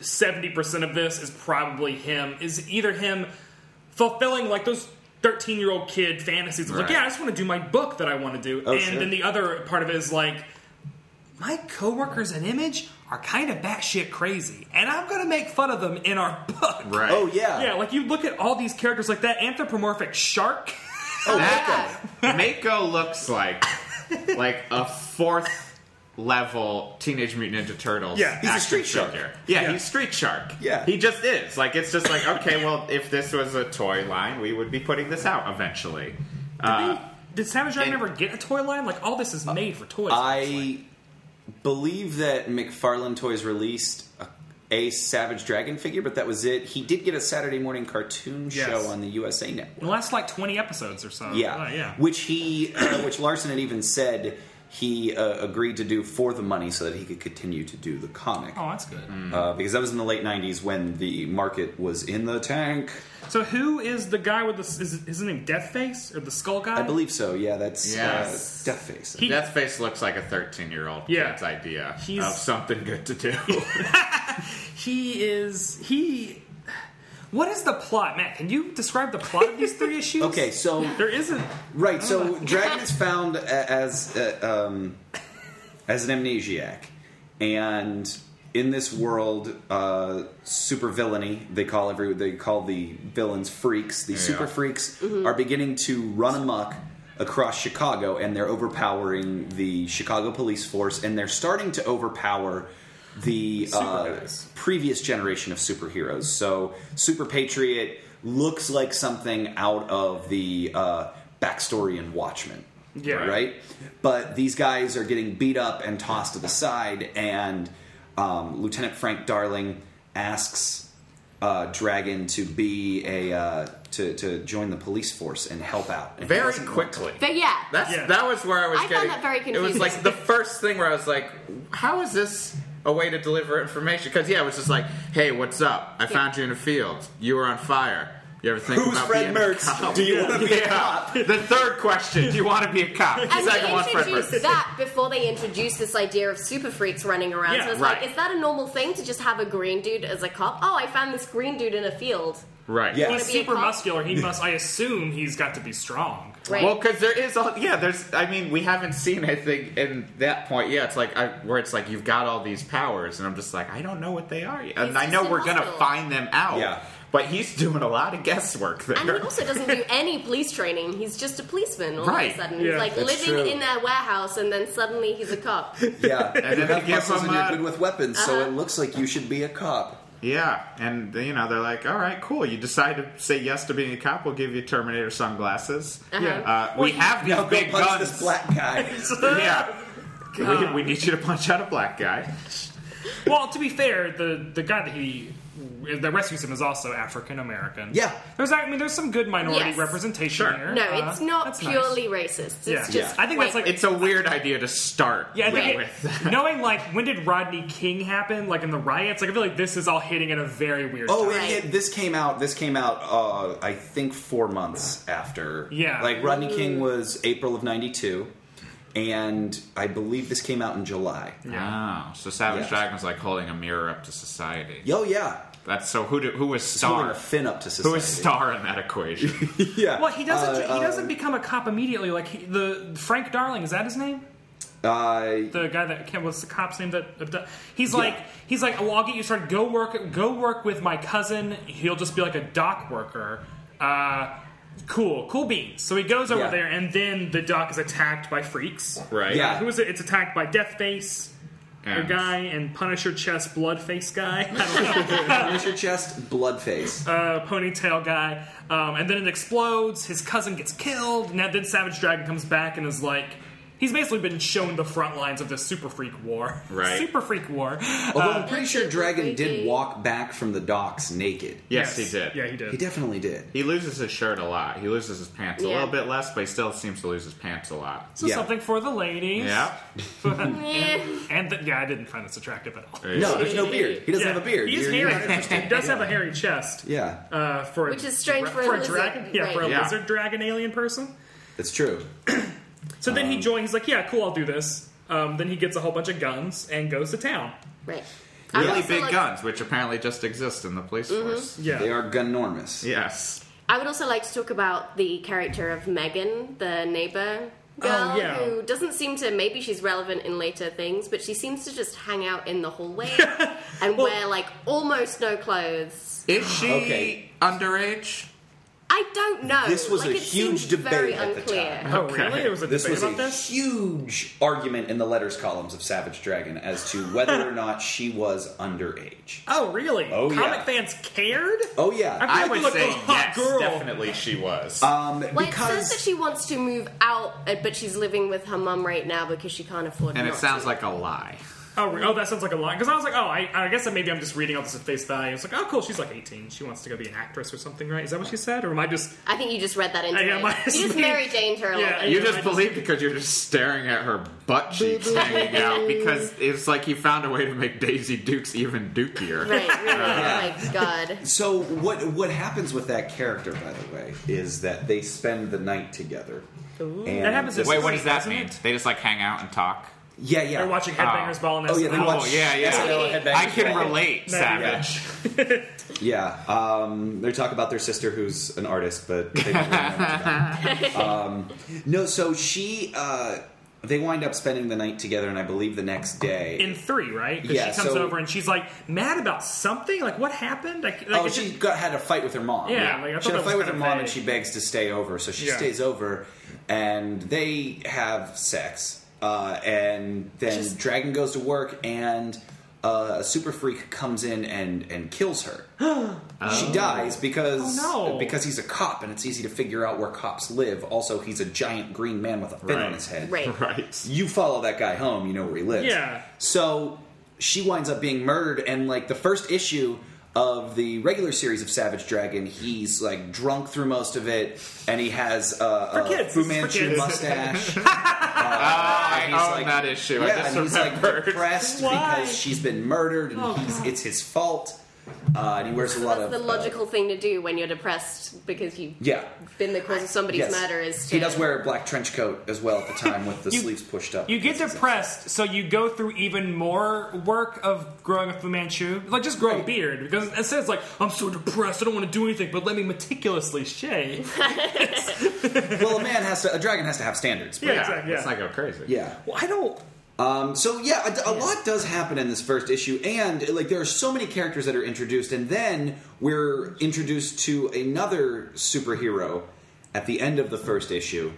seventy percent of this is probably him. Is either him fulfilling like those thirteen year old kid fantasies of like, Right. yeah, I just want to do my book that I want to do. Oh, and sure. then the other part of it is like my coworkers at Image are kind of batshit crazy, and I'm gonna make fun of them in our book. Right. Oh yeah, Yeah, like you look at all these characters like that anthropomorphic shark. oh Yeah. Mako looks like like a fourth level Teenage Mutant Ninja Turtles. Yeah, he's a action street shark. figure. Yeah, Yeah. he's Street Shark. Yeah. he just is. Like it's just like okay, well, if this was a toy line, we would be putting this out eventually. Uh, Did Savage Dragon and- ever get a toy line? Like all this is made for toys. Uh, I believe that McFarlane Toys released a, a Savage Dragon figure, but that was it. He did get a Saturday morning cartoon Yes. show on the USA Network. the last like twenty episodes or so. Yeah, Uh, yeah. Which he, uh, which Larson had even said he uh, agreed to do for the money so that he could continue to do the comic. oh, that's good. Uh, because that was in the late '90s when the market was in the tank. So who is the guy with the is is his name Deathface or the Skull guy? I believe so. Yeah, that's Yes. uh, Deathface. He- Deathface looks like a thirteen-year-old Yeah. kid's idea He's- of something good to do. he is he. What is the plot, Matt? Can you describe the plot of these three issues? okay, so There isn't. Right. So Dragon is found a- as uh, um, as an amnesiac, and in this world, uh, super villainy they call every they call the villains freaks. The super freaks are beginning to run amok across Chicago, and they're overpowering the Chicago police force, and they're starting to overpower. The uh, Superguys. previous generation of superheroes. So, Super Patriot looks like something out of the uh, backstory in Watchmen. Yeah. Right? But these guys are getting beat up and tossed to the side, and um, Lieutenant Frank Darling asks uh, Dragon to be a. Uh, to, to join the police force and help out. And he Very doesn't want to. quickly. But yeah. That's Yeah. that was where I was I found getting. that very It was like confusing. the first thing where I was like, "How is this a way to deliver information?" Because yeah, it was just like, "Hey, what's up? I found you in a field. You were on fire. You ever think Who's about Fred being a Mertz? cop?" Do you want to be a cop? the third question: Do you want to be a cop? The and second one, they Fred Mertz. introduced that before they introduced this idea of super freaks running around. Yeah, so it's right. like, is that a normal thing to just have a green dude as a cop? Oh, I found this green dude in a field. Right. Yeah. He's Wanna be a super cop? muscular. He must. I assume he's got to be strong. Right. Well, because there is, all, yeah. There's, I mean, we haven't seen anything in that point. Yeah, it's like I, where it's like you've got all these powers, and I'm just like, I don't know what they are, yet. and He's I just know in we're gonna hospital. find them out. Yeah. But he's doing a lot of guesswork there. and he also doesn't do any police training. He's just a policeman all Right. of a sudden. Yeah. he's like That's living true. in their warehouse and then suddenly he's a cop. Yeah. And then you they have give muscles him and you're a- good with weapons, so Uh-huh. it looks like you should be a cop. yeah, and you know they're like, all right, cool. You decide to say yes to being a cop. We'll give you Terminator sunglasses. Yeah. Uh, we have these Now go big punch guns. this black guy. yeah. We, we need you to punch out a black guy. Well, to be fair, the the guy that he that rescues him is also African American. Yeah. There's I mean there's some good minority Yes. representation Sure. here. No, Uh, it's not that's nice. purely racist. It's Yeah. just Yeah. I think that's white like It's a weird idea to start. Yeah, I think with. it, knowing like when did Rodney King happen, like in the riots, like I feel like this is all hitting at a very weird. Oh, time. it, Right. it, this came out. This came out. Uh, I think four months after. Yeah. like Rodney King was April of '92, and I believe this came out in July. Oh, so Savage Yeah. Dragon's like holding a mirror up to society. Yo, yeah, That's so who do, who was holding star? a fin up to Who society. was star in that equation? Yeah. Well, he doesn't. Uh, he doesn't become a cop immediately. Like he, the Frank Darling is that his name? Uh, The guy that can what's the cop's name that abdu- he's like he's like well I'll get you started. Go work. Go work with my cousin. He'll just be like a dock worker. Uh, cool, cool beans. So he goes over Yeah. there, and then the dock is attacked by freaks. right. Yeah. Who is it? It's attacked by Deathface, a And- guy, and Punisher Chest Bloodface guy. I don't know. here's your chest, blood face. uh, ponytail guy, um, and then it explodes. His cousin gets killed. Now then, Savage Dragon comes back and is like, he's basically been shown the front lines of this Super Freak War. Right. Super Freak War. Although I'm pretty sure That's Dragon did freaky. walk back from the docks naked. Yes, he did. Yeah, he did. He definitely did. He loses his shirt a lot. He loses his pants a Yeah. little bit less, but he still seems to lose his pants a lot. So Yeah. something for the ladies. Yeah. Yeah. And th- yeah, I didn't find this attractive at all. No, there's no beard. He doesn't Yeah, have a beard. He's You're- hairy. you're not He interested. does have a hairy chest. Yeah, Uh, for a Which is strange dra- for a lizard, dragon. Yeah, for a right. Yeah. lizard dragon alien person. that's true. So then Um, he joins. He's like, yeah, cool, I'll do this. Um, then he gets a whole bunch of guns and goes to town. Right. I would Really also big like- Mm-hmm. guns, which apparently just exist in the police force. Yeah. They are gunnormous. Yes. I would also like to talk about the character of Megan, the neighbor girl, Oh, yeah. who doesn't seem to. Maybe she's relevant in later things, but she seems to just hang out in the hallway and wear like almost no clothes. Is she Okay. underage? I don't know. This was like, a it seems huge debate Very at the unclear. time. Oh, Okay. really? There was a This debate was about a this? huge argument in the letters columns of Savage Dragon as to whether or not she was underage. Oh, really? Oh, Comic yeah. fans cared? Oh yeah, I I would look, say oh, hot yes, girl. definitely she was. um, Well, it says that because she wants to move out, uh, but she's living with her mum right now because she can't afford. and it not sounds to. like a lie. Oh, re- oh, that sounds like a lie. Because I was like, oh, I, I guess that maybe I'm just reading all this at face value. It's like, oh, cool, she's like 18. She wants to go be an actress or something, right? Is that what she said? Or am I just. I think you just read that into I am, I it. You just just mean- Mary Jane her a Yeah, little bit. You I just just- believe because you're just staring at her butt cheeks hanging out because it's like he found a way to make Daisy Dukes even dukier. Right, really. Oh my god. so what what happens with that character, by the way, is that they spend the night together. And That happens this- in- Wait, what does that Isn't mean? it? They just like hang out and talk. Yeah, yeah. They're watching Headbangers Oh. Ball and Oh, yeah, they SNL. watch- yeah, yeah. I can relate, Yeah. Uh, Savage. Yeah, um, they talk about their sister who's an artist, but they don't really know much about her. Um, no, so she, uh, they wind up spending the night together, and I believe the next day. In three, right? 'Cause Yeah, she comes so- over and she's like mad about something. Like, what happened? Like, like oh, it's she just- got had a fight with her mom. Yeah, like, I thought she had that a was fight with her kinda mom, and vague. she begs to stay over, so she Yeah. stays over, and they have sex, uh, and then Just- Dragon goes to work, and uh, a super freak comes in and and kills her. She dies because Oh, no. because he's a cop, and it's easy to figure out where cops live. Also, he's a giant green man with a fin Right. on his head Right. Right. you follow that guy home, you know where he lives. Yeah. So she winds up being murdered, and like the first issue of the regular series of Savage Dragon, he's like drunk through most of it, and he has uh, For a kids, Fu it's for Manchu kids. mustache. I he's own like- Oh, that issue. I yeah, just and he's like remembered. depressed Why? because she's been murdered, and Oh, he's, God. it's his fault. Uh, and he wears a lot of That's the uh, logical thing to do when you're depressed because you've yeah. been the cause of somebody's Yes. murder. Is to, He does wear a black trench coat as well at the time with the You- sleeves pushed up. You get depressed, so you go through even more work of growing a Fu Manchu, like just grow a Right. beard, because it says like I'm so depressed, I don't want to do anything, but let me meticulously shave. well, a man has to, a dragon has to have standards. but- Yeah, exactly, yeah. Let's not go oh, crazy. yeah. Well, I don't. Um, so yeah, a, a lot does happen in this first issue, and like there are so many characters that are introduced, and then we're introduced to another superhero at the end of the first issue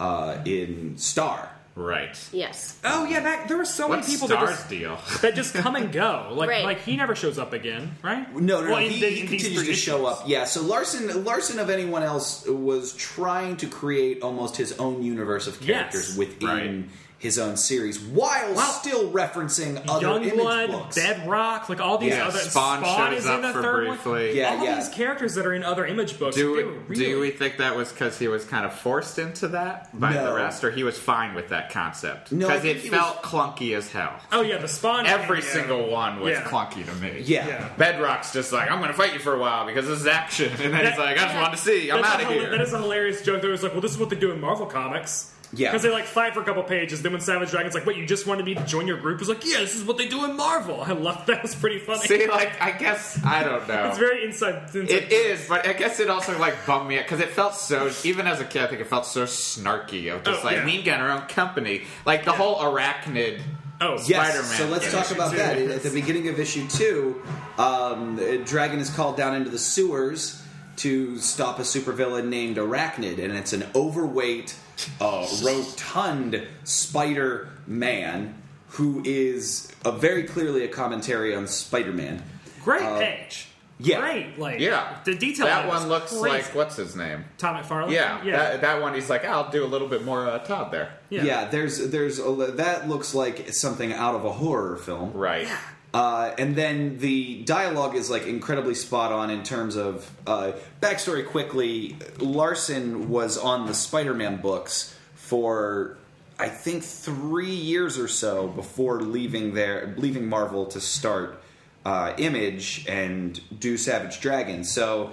uh, in Star. Right. Yes. Oh yeah, that, there were so What's many people that Star's just, deal? that just come and go. Like Right. like he never shows up again, right? No, no, no. Well, in he, the- he in these continues three to show issues. up. Yeah. So Larson, Larson of anyone else, was trying to create almost his own universe of characters Yes. within Right. his own series, while Wow. still referencing other image Youngblood, books. Bedrock, like all these Yeah, other Spawn shows is up in the for third briefly. One. Yeah, all yeah. these characters that are in other image books. Do they we, were really do we think that was because he was kind of forced into that by No. the rest, or he was fine with that concept? No, I Because think it he was- felt clunky as hell. Oh yeah, the Spawn. Every cameo. single one was Yeah. clunky to me. Yeah. Yeah. Bedrock's just like, I'm going to fight you for a while because this is action. And then he's That- like, I just wanted to see. I'm That's out a of hila- That here. is a hilarious joke. That was like, well, this is what they do in Marvel comics. Yeah. Because they like fight for a couple pages. Then when Savage Dragon's like, "Wait, you just wanted me to join your group?" He's like, "Yeah, this is what they do in Marvel." I love that. was pretty funny. See, like, I guess I don't know. it's very inside. inside It is, but I guess it also like bummed me out because it felt so. Even as a kid, I think it felt so snarky of just Oh, like yeah. we've got our own company, like the whole arachnid. Oh, Yeah. Yes, Spider-Man. so let's Yeah, talk issue about two. that. At the beginning of issue two, um, Dragon is called down into the sewers to stop a supervillain named Arachnid, and it's an overweight, uh, rotund Spider Man who is a very clearly a commentary on Spider Man. great page. Uh, yeah. great. Like Yeah, the detail. That on it one was looks crazy. like what's his name? Tom McFarlane. Yeah, yeah, That, that one. He's like, I'll do a little bit more uh, Todd there. Yeah. there's there's a, that looks like something out of a horror film. Right. Uh, and then the dialogue is like incredibly spot on in terms of uh, backstory. Quickly, Larson was on the Spider-Man books for I think three years or so before leaving there, leaving Marvel to start uh, Image and do Savage Dragon. So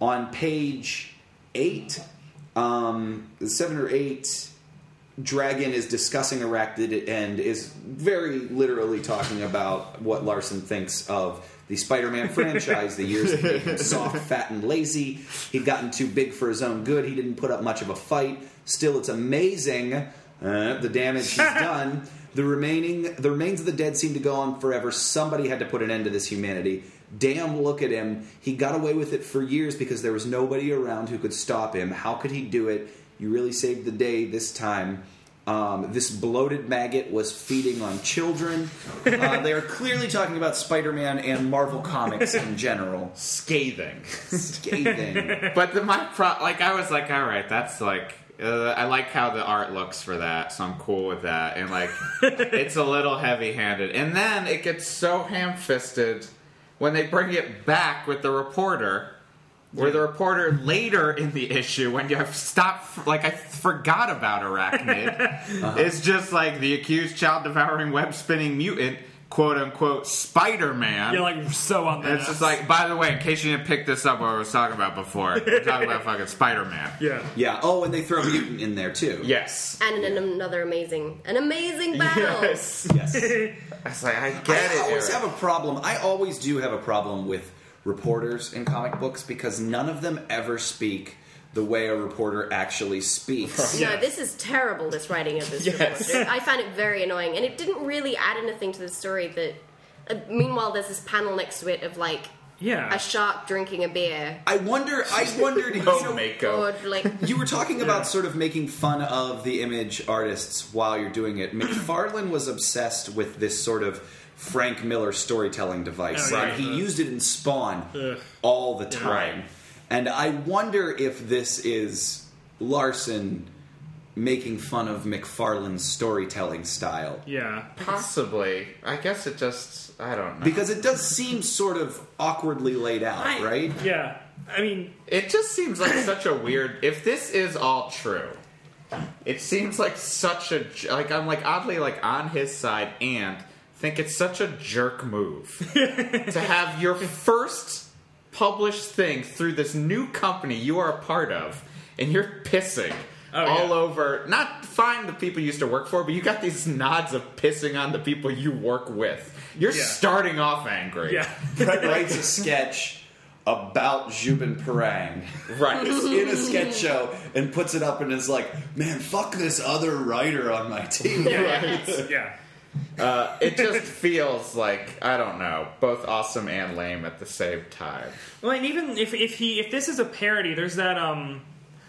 on page eight, um, seven or eight, Dragon is discussing Arachnid and is very literally talking about what Larson thinks of the Spider-Man franchise, the years that made him soft, fat, and lazy. He'd gotten too big for his own good. He didn't put up much of a fight. Still, it's amazing uh, the damage he's done. The remaining, the remains of the dead seem to go on forever. Somebody had to put an end to this humanity. Damn, look at him. He got away with it for years because there was nobody around who could stop him. How could he do it? You really saved the day this time. Um, this bloated maggot was feeding on children. Uh, they are clearly talking about Spider Man and Marvel Comics in general. Scathing. Scathing. but the my pro like I was like, all right, that's like uh, I like how the art looks for that, so I'm cool with that. And like, it's a little heavy handed. And then it gets so ham fisted when they bring it back with the reporter. Where the reporter later in the issue, when you have stopped, like I forgot about Arachnid, Uh-huh. it's just like the accused child devouring, web spinning mutant, quote unquote, Spider Man. You're like so on that. And it's just like, by the way, in case you didn't pick this up, what we were talking about before, we're talking about fucking Spider Man. yeah. Yeah. Oh, and they throw mutant in there too. Yes. And an, another amazing, an amazing battle. Yes. Yes. I was like, I get I it. always Eric. have a problem. I always do have a problem with reporters in comic books because none of them ever speak the way a reporter actually speaks. No, this is terrible. This writing of this Yes. report. I found it very annoying, and it didn't really add anything to the story. That uh, meanwhile, there's this panel next to it of like Yeah. a shark drinking a beer. I wonder. I wondered. you No know, makeup. Or like, you were talking about sort of making fun of the image artists while you're doing it. McFarlane was obsessed with this sort of Frank Miller storytelling device, Oh, yeah. and he Right. used it in Spawn Ugh. all the time. Right. And I wonder if this is Larson making fun of McFarlane's storytelling style. yeah. Possibly. I guess it just, I don't know. Because it does seem sort of awkwardly laid out, I- right? Yeah. I mean, it just seems like such a weird. If this is all true, it seems like such a j- like I'm like oddly like on his side and think it's such a jerk move to have your first published thing through this new company you are a part of and you're pissing Oh, all yeah. over not find the people you used to work for but you got these nods of pissing on the people you work with you're Yeah. starting off angry yeah. Brett writes a sketch about Jubin Parang. right in a sketch show and puts it up and is like, "Man, fuck this other writer on my team." Yeah. it just feels like I don't know, both awesome and lame at the same time. Well, and even if, if he if this is a parody, there's that um,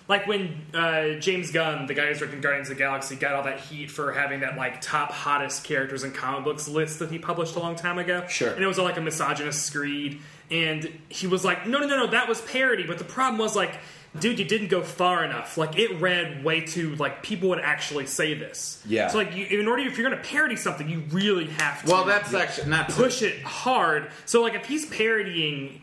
like when uh, James Gunn, the guy who's written Guardians of the Galaxy, got all that heat for having that like top hottest characters in comic books list that he published a long time ago. Sure. and it was all like a misogynist screed, and he was like, no, no, no, no, that was parody. But the problem was like, dude, you didn't go far enough. Like it read way too like people would actually say this. Yeah. So like, you, in order if you're gonna parody something, you really have to. Well, that's actually not push it hard. So like if he's parodying,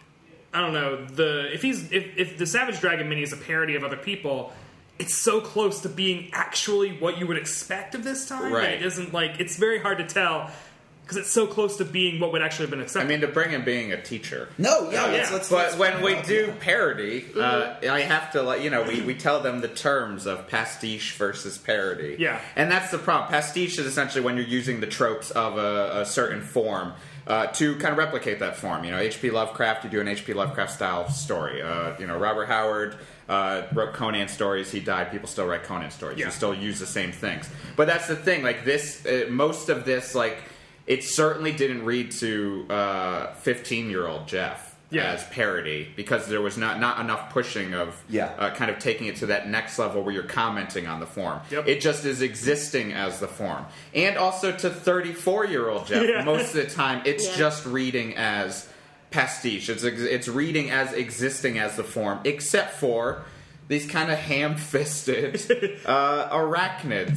I don't know the if he's if, if the Savage Dragon mini is a parody of other people, it's so close to being actually what you would expect of this time. that Right. it isn't like it's very hard to tell. because it's so close to being what would actually have been I accepted. mean, to bring in being a teacher. No, yeah, let's, yeah. let's, But let's- Mm-hmm. when we yeah. do parody, uh, I have to like you know we, we tell them the terms of pastiche versus parody. Yeah. and that's the problem. Pastiche is essentially when you're using the tropes of a, a certain form uh, to kind of replicate that form. You know, H.P. Lovecraft, you do an H.P. Lovecraft style story. Uh, you know, Robert Howard uh, wrote Conan stories. He died. People still write Conan stories. Yeah. You still use the same things. But that's the thing. Like this, uh, most of this like. It certainly didn't read to uh, fifteen-year-old Jeff Yeah. as parody because there was not not enough pushing of Yeah. uh, kind of taking it to that next level where you're commenting on the form. Yep. It just is existing as the form, and also to 34 year old Jeff. Yeah. Most of the time, it's Yeah. just reading as pastiche. It's ex- it's reading as existing as the form, except for. These kind of ham-fisted uh, arachnid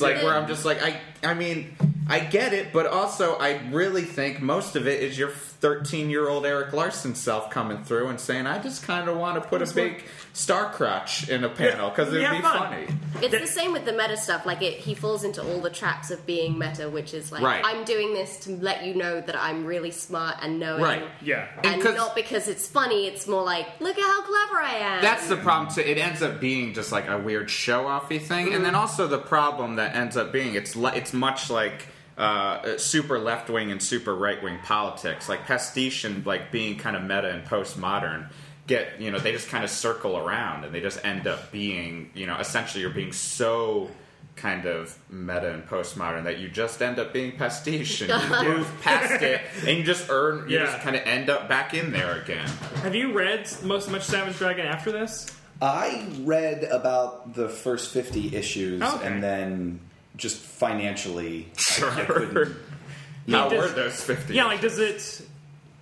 Right. like where I'm just like, I, I mean, I get it, but also I really think most of it is your 13 year old Eric Larson self coming through and saying, I just kind of want to put a big star crotch in a panel because it'd Yeah, be fun. funny. It's the same with the meta stuff. Like it, he falls into all the traps of being meta, which is like Right. I'm doing this to let you know that I'm really smart and knowing, Right. yeah. and Because- not because it's funny. It's more like look at how clever I am. That's the problem too. It ends up being just like a weird show offy thing, and then also the problem that ends up being it's le- it's much like uh, uh, super left wing and super right wing politics, like pastiche and like being kind of meta and postmodern. Get you know they just kind of circle around and they just end up being you know essentially you're being so kind of meta and postmodern that you just end up being pastiche and you move past it and you just earn you Yeah. just kind of end up back in there again. Have you read most much Savage Dragon after this? I read about the first 50 issues Okay. and then just financially. Sure. couldn't- How does- were those 50? Yeah, like does it?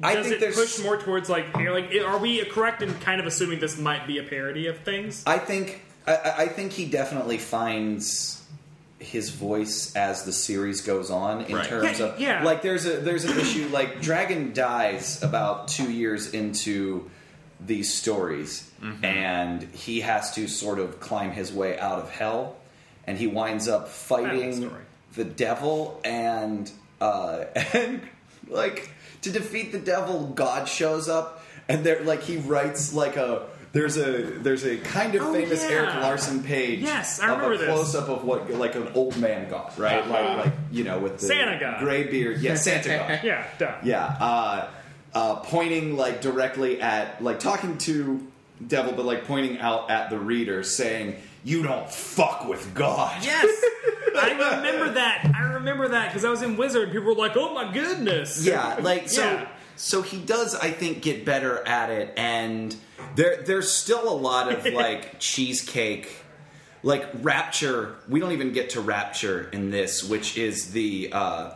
I Does think it there's- push more towards like you know, like are we correct in kind of assuming this might be a parody of things? I think I- I, I think he definitely finds his voice as the series goes on in Right. terms Yeah, of yeah. like there's a there's an issue like Dragon dies about two years into these stories Mm-hmm. and he has to sort of climb his way out of hell and he winds up fighting story. the devil and uh and like to defeat the devil god shows up and they're like he writes like a there's a there's a kind of Oh, famous yeah. Eric Larson page Yes, I of remember a this. Uh-huh. close up of what like an old man god right like like you know with the Santa god. gray beard yeah Santa god Yeah, duh. yeah uh, uh, pointing like directly at like talking to devil but like pointing out at the reader saying you don't fuck with god Yes, I remember that. I remember that because I was in Wizard. and People were like, "Oh my goodness!" Yeah, like so. Yeah. So he does, I think, get better at it, and there there's still a lot of like cheesecake, like Rapture. We don't even get to Rapture in this, which is the uh,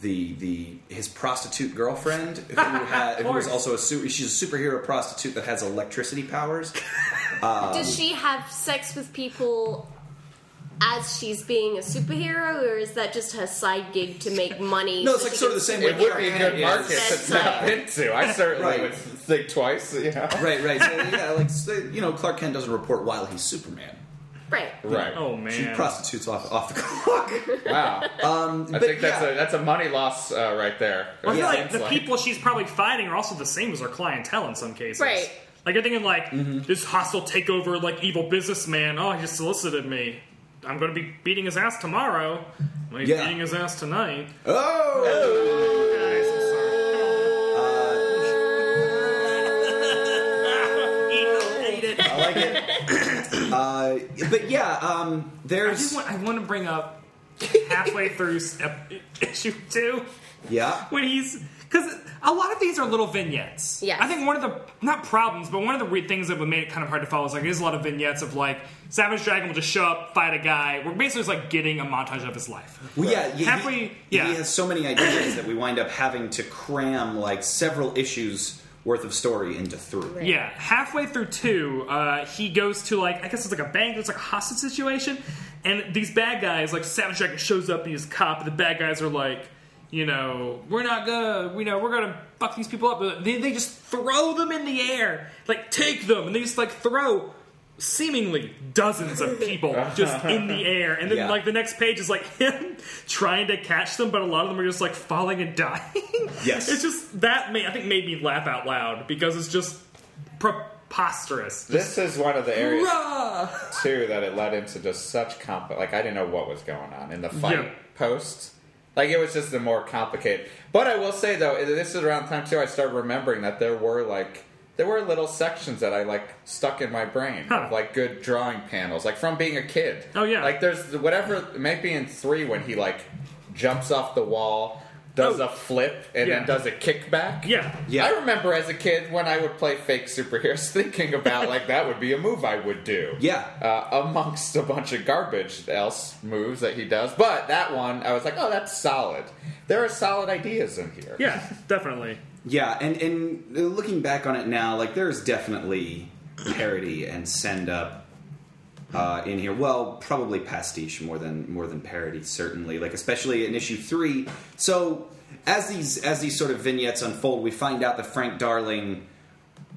the the his prostitute girlfriend who had, who is course. also a su- she's a superhero prostitute that has electricity powers. Does she have sex with people as she's being a superhero, or is that just her side gig to make money? No, it's so like she sort of the same can- way. It would be a Arcana good is. market That's to tap right. into. I certainly Right. would think twice, you know. Right, right. So, yeah, like so, you know, Clark Kent doesn't report while he's Superman. Right. Right. Oh man. She prostitutes off off the clock. Wow. I Um, but think that's yeah. a that's a money loss uh, right there. Well, I feel Yeah. like the people she's probably fighting are also the same as her clientele in some cases. Right. Like you're thinking like Mm-hmm. this hostile takeover, like evil businessman. Oh, he just solicited me. I'm going to be beating his ass tomorrow. I'm gonna be Yeah. beating his ass tonight. oh. Uh, I like it. uh, but yeah, um, I there's just want, I want to bring up halfway through step, issue two yeah. when he's because a lot of these are little vignettes. Yes. I think one of the not problems, but one of the weird things that would make it kind of hard to follow is like there's a lot of vignettes of like Savage Dragon will just show up, fight a guy. We're basically just like getting a montage of his life. Well, yeah, he- Have he- we- yeah. He has so many ideas that we wind up having to cram like several issues worth of story into three. Yeah, halfway through two, uh, he goes to like I guess it's like a bank. It's like a hostage situation, and these bad guys like Savage Dragon shows up and he's a cop. And the bad guys are like, you know, we're not gonna, you know, we're gonna fuck these people up. But They, they just throw them in the air, like take them, and they just like throw seemingly dozens of people just in the air, and then Yeah. like the next page is like him trying to catch them, but a lot of them are just like falling and dying. Yes. it's just that may I think made me laugh out loud because it's just preposterous. This is one of the areas Rah! too that it led into just such compli Like I didn't know what was going on in the fight Yeah. post. Like it was just the more complicated. But I will say though, this is around the time too. I started remembering that there were like there were little sections that I like stuck in my brain, Huh. of, like good drawing panels, like from being a kid. Oh, yeah. Like there's the- whatever maybe in three when he like jumps off the wall, does Oh. a flip, and Yeah. then does a kickback. Yeah. Yeah. I remember as a kid when I would play fake superheroes thinking about like that would be a move I would do. Yeah. Uh, amongst a bunch of garbage else moves that he does. But that one, I was like, oh, that's solid. There are solid ideas in here. Yeah, definitely. Yeah, and and uh, looking back on it now, like there's definitely parody and send up uh, in here. Well, probably pastiche more than more than parody, certainly. Like especially in issue three. So as these as these sort of vignettes unfold, we find out that Frank Darling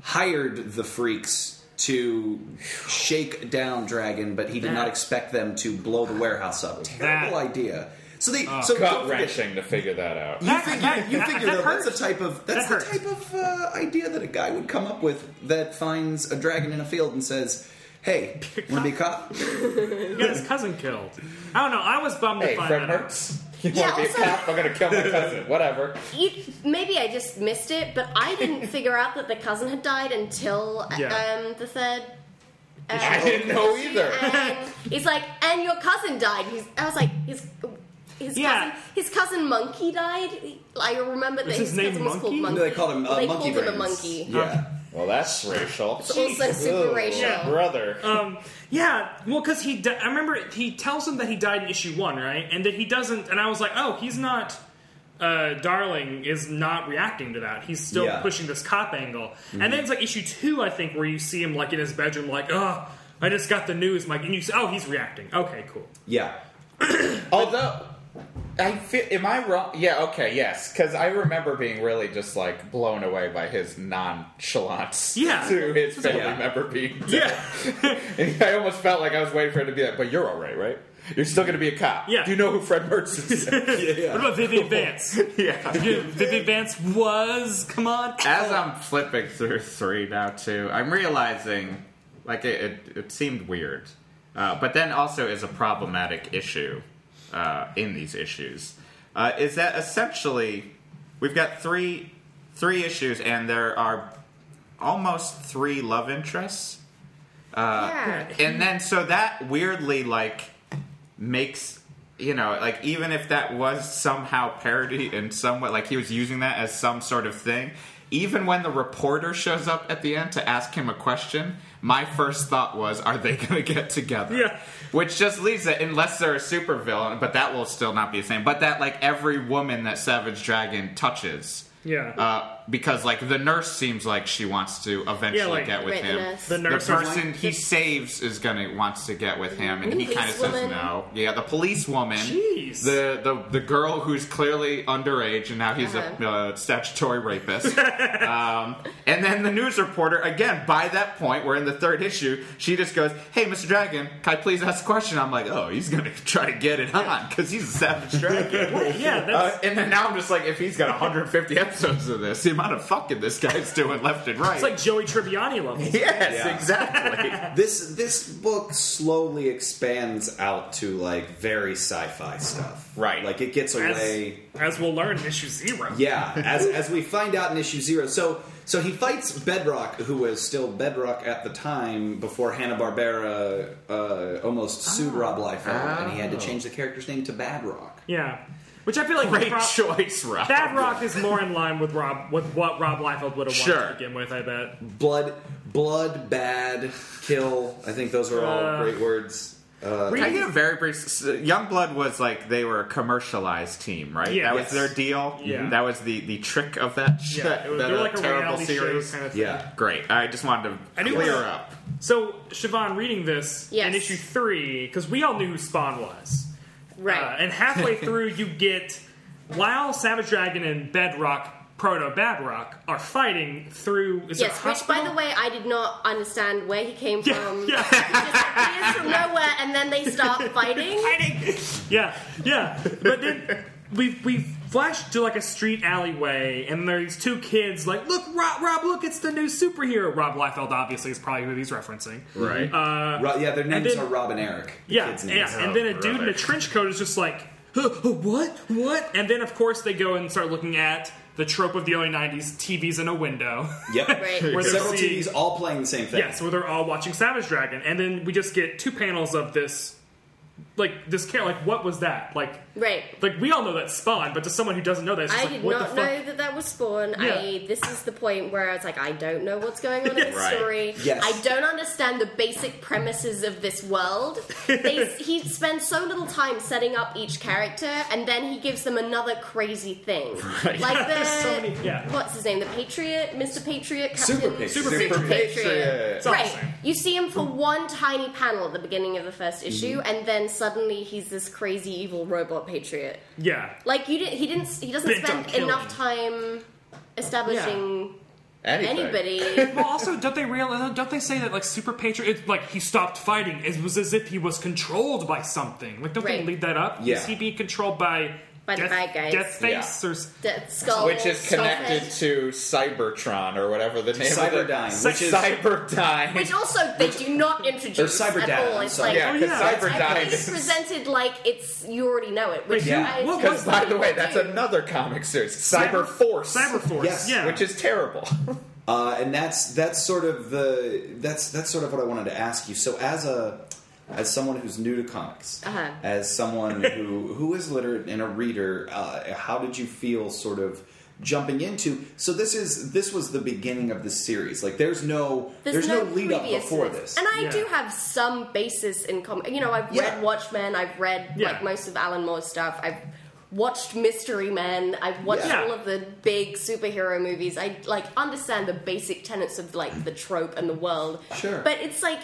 hired the freaks to shake down Dragon, but he did not That- expect them to blow the warehouse up. Terrible That- Oh, idea. So they so Gut wrenching to figure that out. you That- figure, that- you that- figure that though, that's hurt. the type of that's That the hurt. type of uh, idea that a guy would come up with that finds a dragon in a field and says, "Hey, want to be a cop?" He got his cousin killed. I don't know. I was bummed Hey, to find Fred that out. Mertz, you Yeah, want to be a also- cop? I'm going to kill my cousin. Whatever. You, maybe I just missed it, but I didn't figure out that the cousin had died until Yeah. um, the third. Uh, I didn't know either. And he's like, and your cousin died. He's, I was like, his his Yeah. cousin, his cousin monkey died. I remember that Was his, his name cousin was called Monkey? monkey. No, they called him uh, They monkey called him brains. a monkey. Yeah, Well, that's racial. It's also super Ooh, racial. Brother. Um, yeah, well, because he, di- I remember he tells him that he died in issue one, right? And that he doesn't, and I was like, oh, he's not, uh, Darling is not reacting to that. He's still Yeah. pushing this cop angle. And then it's like issue two, I think, where you see him, like, in his bedroom, like, oh, I just got the news, Mike. And you say, oh, he's reacting. Okay, cool. yeah. Although, I feel, am I wrong? Yeah, okay, yes, because I remember being really just like blown away by his nonchalance Yeah. to his family Yeah. member being dead. Yeah. And I almost felt like I was waiting for him to be like, "But you're all right, right? You're still going to be a cop. Yeah. Do you know who Fred Mertz is?" What about Vivian Vance? yeah. Yeah, Vivian Vance was, come on. As I'm flipping through three now, too, I'm realizing, like, it, it, it seemed weird. Uh, but then also is a problematic issue uh, in these issues. Uh, is that essentially we've got three three issues, and there are almost three love interests. Uh, yeah. and then so that weirdly like makes you know like even if that was somehow parody in some way like he was using that as some sort of thing even when the reporter shows up at the end to ask him a question my first thought was are they going to get together Yeah. which just leaves it unless they're a supervillain but that will still not be the same but that like every woman that savage dragon touches Yeah. uh, because like the nurse seems like she wants to eventually Yeah, like- get with Right, the him nurse. the the nurse is person like- he saves is gonna wants to get with him, and he Police kind of says woman. no. Yeah, the police woman, Jeez. the the the girl who's clearly underage, and now he's a uh, statutory rapist. um, and then the news reporter again. By that point, we're in the third issue. She just goes, "Hey, Mr. Dragon, can I please ask a question?" I'm like, "Oh, he's gonna try to get it on because he's a savage dragon." yeah, that's. Uh, and then now I'm just like, if he's got 150 episodes of this, the amount of fucking this guy's doing left and right. it's like Joey Tribbiani level. yes, Yeah. exactly. This this book slowly expands out to like very sci-fi stuff. Right. Like it gets As, away. as we'll learn in issue zero. Yeah, as as we find out in issue zero, so so he fights Bedrock, who was still Bedrock at the time before Hanna Barbera uh, almost sued Rob Liefeld, and he had to change the character's name to Bad Rock. Yeah. Which I feel like Great Pro- choice, Rob. Bad Rock is more in line with Rob with what Rob Liefeld would have wanted Sure. Uh, to begin with. I bet. Blood, blood, bad, kill. I think those are all Uh, great words. Can I get a very brief? s- Youngblood was like they were a commercialized team, right? Yeah. that Yes. was their deal. Yeah. That was the the trick of that. sh- Yeah, it was, that, they were uh, like a terrible reality series. show kind of thing. Yeah, Great. I just wanted to I knew clear it. up. So Siobhan reading this in Yes. issue three because we all knew who Spawn was, Right. Uh, and halfway through you get Lyle, Savage Dragon, and Bedrock proto bad rock are fighting through. Is Yes, there a which by hospital? the way, I did not understand where he came Yeah, from. yeah. He just appears from nowhere and then they start fighting. yeah, yeah. But then we we flashed to like a street alleyway, and there's two kids like, look, Rob, Rob, look, it's the new superhero. Rob Liefeld obviously is probably who he's referencing. Right. Mm-hmm. Uh, Ro- yeah, their names then- are Rob and Eric. The Yeah, kids' names. yeah. And then a dude in a brother. trench coat is just like, "Huh, huh, what, what? And then of course they go and start looking at the trope of the early '90s: TVs in a window. Yep. Right. Where they're Several seeing- TVs all playing the same thing. Yes, where they're all watching Savage Dragon, and then we just get two panels of this, like this care. Like, what was that? Like, Right. like we all know that's Spawn, but to someone who doesn't know that, it's just I like, did what not the fuck? know that that was Spawn. I Yeah. this is the point where I was like, I don't know what's going on in this Right. story. Yes. I don't understand the basic premises of this world. They, he spends so little time setting up each character, and then he gives them another crazy thing, like the There's so many- yeah. what's his name, the Patriot, Mister Patriot, Captain Super Patriot. Super Super Patriot. It's all the Right. same. You see him for one tiny panel at the beginning of the first issue, Mm-hmm. and then suddenly he's this crazy evil robot patriot. Yeah, Like you didn't. He didn't. He doesn't Bent on spend killing. enough time establishing Anything. anybody. Well, also, don't they realize? Don't they say that like Super Patriot? It's like he stopped fighting. It was as if he was controlled by something. Like, don't Right. they lead that up? Yeah. Is he being controlled by By the Death, bad guys. Death Face or s- that skull, Which is connected skullfish. to Cybertron or whatever the name of Cyberdyne, the which is- Cyberdyne. Which also they do not introduce Cyber at Dad, all. I'm It's sorry. like yeah, Oh, because yeah. Cyberdyne it's is. presented like it's you already know it. Which Wait, yeah. I- What Because, was by the way, that's Dude. another comic series, Cyber Force, Cyber Force. Yes. Yeah, which is terrible. Uh, and that's that's sort of the that's that's sort of what I wanted to ask you. So as a as someone who's new to comics, Uh-huh. as someone who who is literate and a reader, uh, how did you feel sort of jumping into? So this is this was the beginning of the series. Like there's no there's, no, lead up previous before to this. And I Yeah. do have some basis in comic. You know, I've Yeah. read Watchmen. I've read Yeah. like most of Alan Moore's stuff. I've watched Mystery Men. I've watched Yeah. all of the big superhero movies. I like understand the basic tenets of like the trope and the world. Sure. but it's like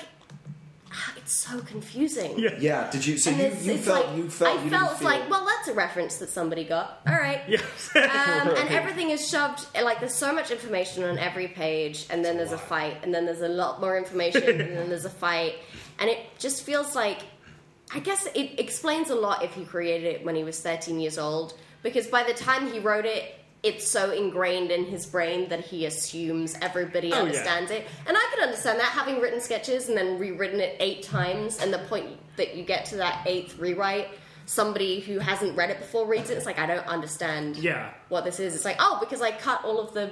ah, it's so confusing. Yeah. yeah, did you? So And you, it's, you it's felt like, you felt I you felt didn't feel, like, well, that's a reference that somebody got. All right. yeah. Um, and everything is shoved like there's so much information on every page and then there's a fight and then there's a lot more information and then there's a fight and it just feels like i guess it explains a lot if he created it when he was 13 years old because by the time he wrote it it's so ingrained in his brain that he assumes everybody Oh, yeah. understands it and i can understand that having written sketches and then rewritten it eight times and the point that you get to that eighth rewrite somebody who hasn't read it before reads it it's like i don't understand yeah. what this is. It's like, oh, because I cut all of the.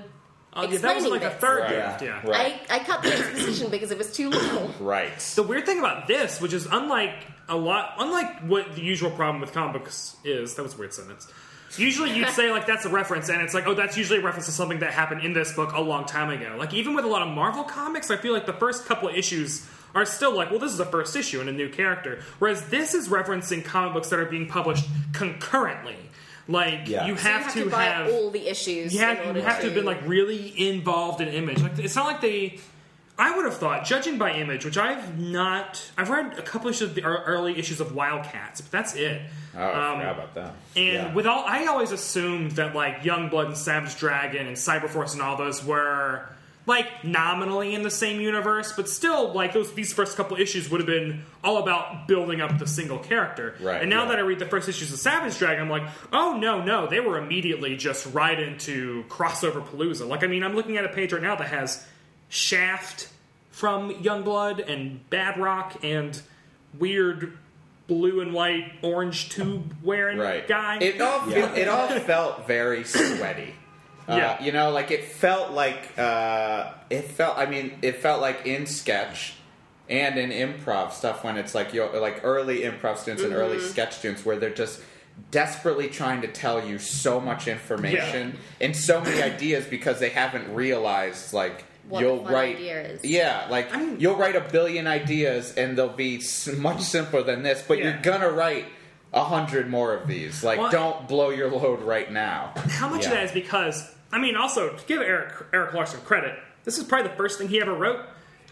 Oh, yeah, that was Explaining like a bits. third Right. draft. Yeah. Right. I, I cut the exposition because it was too long. right. The weird thing about this, which is unlike a lot, unlike what the usual problem with comic books is, that was a weird sentence. Usually you'd say like that's a reference, and it's like oh that's usually a reference to something that happened in this book a long time ago. Like even with a lot of Marvel comics, I feel like the first couple of issues are still like well this is a first issue and a new character, whereas this is referencing comic books that are being published concurrently. Like Yeah. you So You have to buy have all the issues. you had in you order have to have been like really involved in Image. Like it's not like they. I would have thought, judging by Image, which I've not. I've read a couple issues of the ear- early issues of Wildcats, but that's it. Oh, I Um, forgot about that. and Yeah. with all, I always assumed that like Youngblood and Savage Dragon and Cyberforce and all those were like nominally in the same universe, but still like those these first couple issues would have been all about building up the single character. Right, And now yeah. that I read the first issues of Savage Dragon, I'm like, oh no, no, they were immediately just right into crossover Palooza. Like, I mean, I'm looking at a page right now that has Shaft from Youngblood and Bad Rock and weird blue and white orange tube wearing Right. guy. It all Yeah. it, it all felt very sweaty. Uh, Yeah. You know, like it felt like uh, it felt. I mean, it felt like in sketch and in improv stuff when it's like you like early improv students and early Mm-hmm. sketch students where they're just desperately trying to tell you so much information and so many ideas because they haven't realized like. What the you'll fun write idea is. yeah like I'm- you'll write a billion ideas and they'll be s- much simpler than this but Yeah. you're gonna write a hundred more of these like Well, don't blow your load right now How much of Yeah. that is because I mean, also to give Eric Eric Larson credit, this is probably the first thing he ever wrote.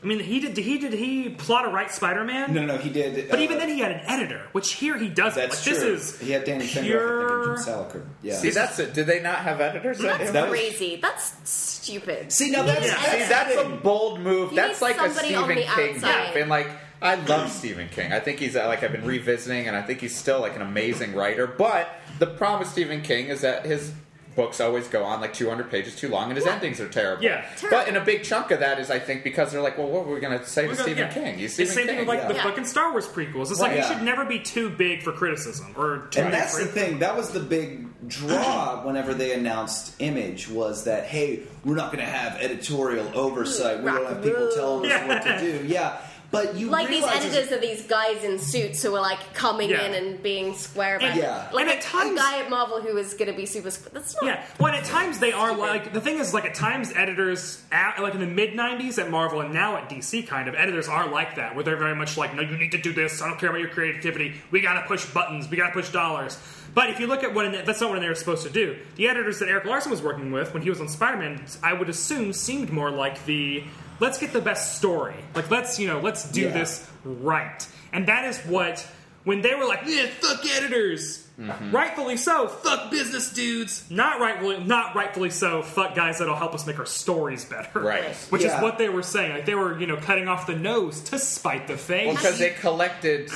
I mean, he did. He did. He plot a right Spider-Man. No, no, no, he did. But uh, even then, he had an editor, which here he doesn't. that's like, true. This is he had Danny pure. Pengroff, I think, and Jim Salinger. Yeah. See, that's it. Did they not have editors? at That's Image? That was- crazy. That's stupid. See, now You that's- need Yeah. an See, editor. that's a bold move. You that's need like a somebody on Stephen the King outside. move. And like, I love Stephen King. I think he's uh, like I've been revisiting, and I think he's still like an amazing writer. But the problem with Stephen King is that his books always go on like 200 pages too long, and his endings are terrible. Yeah. But and a big chunk of that is, I think, because they're like, well, what were we going to say to We're gonna- Stephen yeah. King? He's It's Stephen the same King. thing with like the yeah. fucking Star Wars prequels. It's like Right. you should Yeah. never be too big for criticism or too and big that's for the thing. That was the big draw whenever they announced Image was that hey, we're not going to have editorial oversight. We don't have people telling us what to do. Yeah, but you like these realize editors are these guys in suits who are like coming Yeah. in and being square about And- it. Yeah. Like and a, at times- a guy at Marvel who is going to be super. squ- That's not. Yeah, well, and at times they are like the thing is like at times editors at, like in the mid '90s at Marvel and now at DC kind of editors are like that where they're very much like no you need to do this I don't care about your creativity we gotta push buttons we gotta push dollars but if you look at what an, that's not what they were supposed to do the editors that Eric Larson was working with when he was on Spider Man I would assume seemed more like the let's get the best story like let's you know let's do Yeah. this right and that is what when they were like, yeah, fuck editors. Rightfully so, fuck business dudes. Not rightfully, not rightfully so, fuck guys that'll help us make our stories better. Right. Which Yeah. is what they were saying. Like they were, you know, cutting off the nose to spite the face. Well, because they collected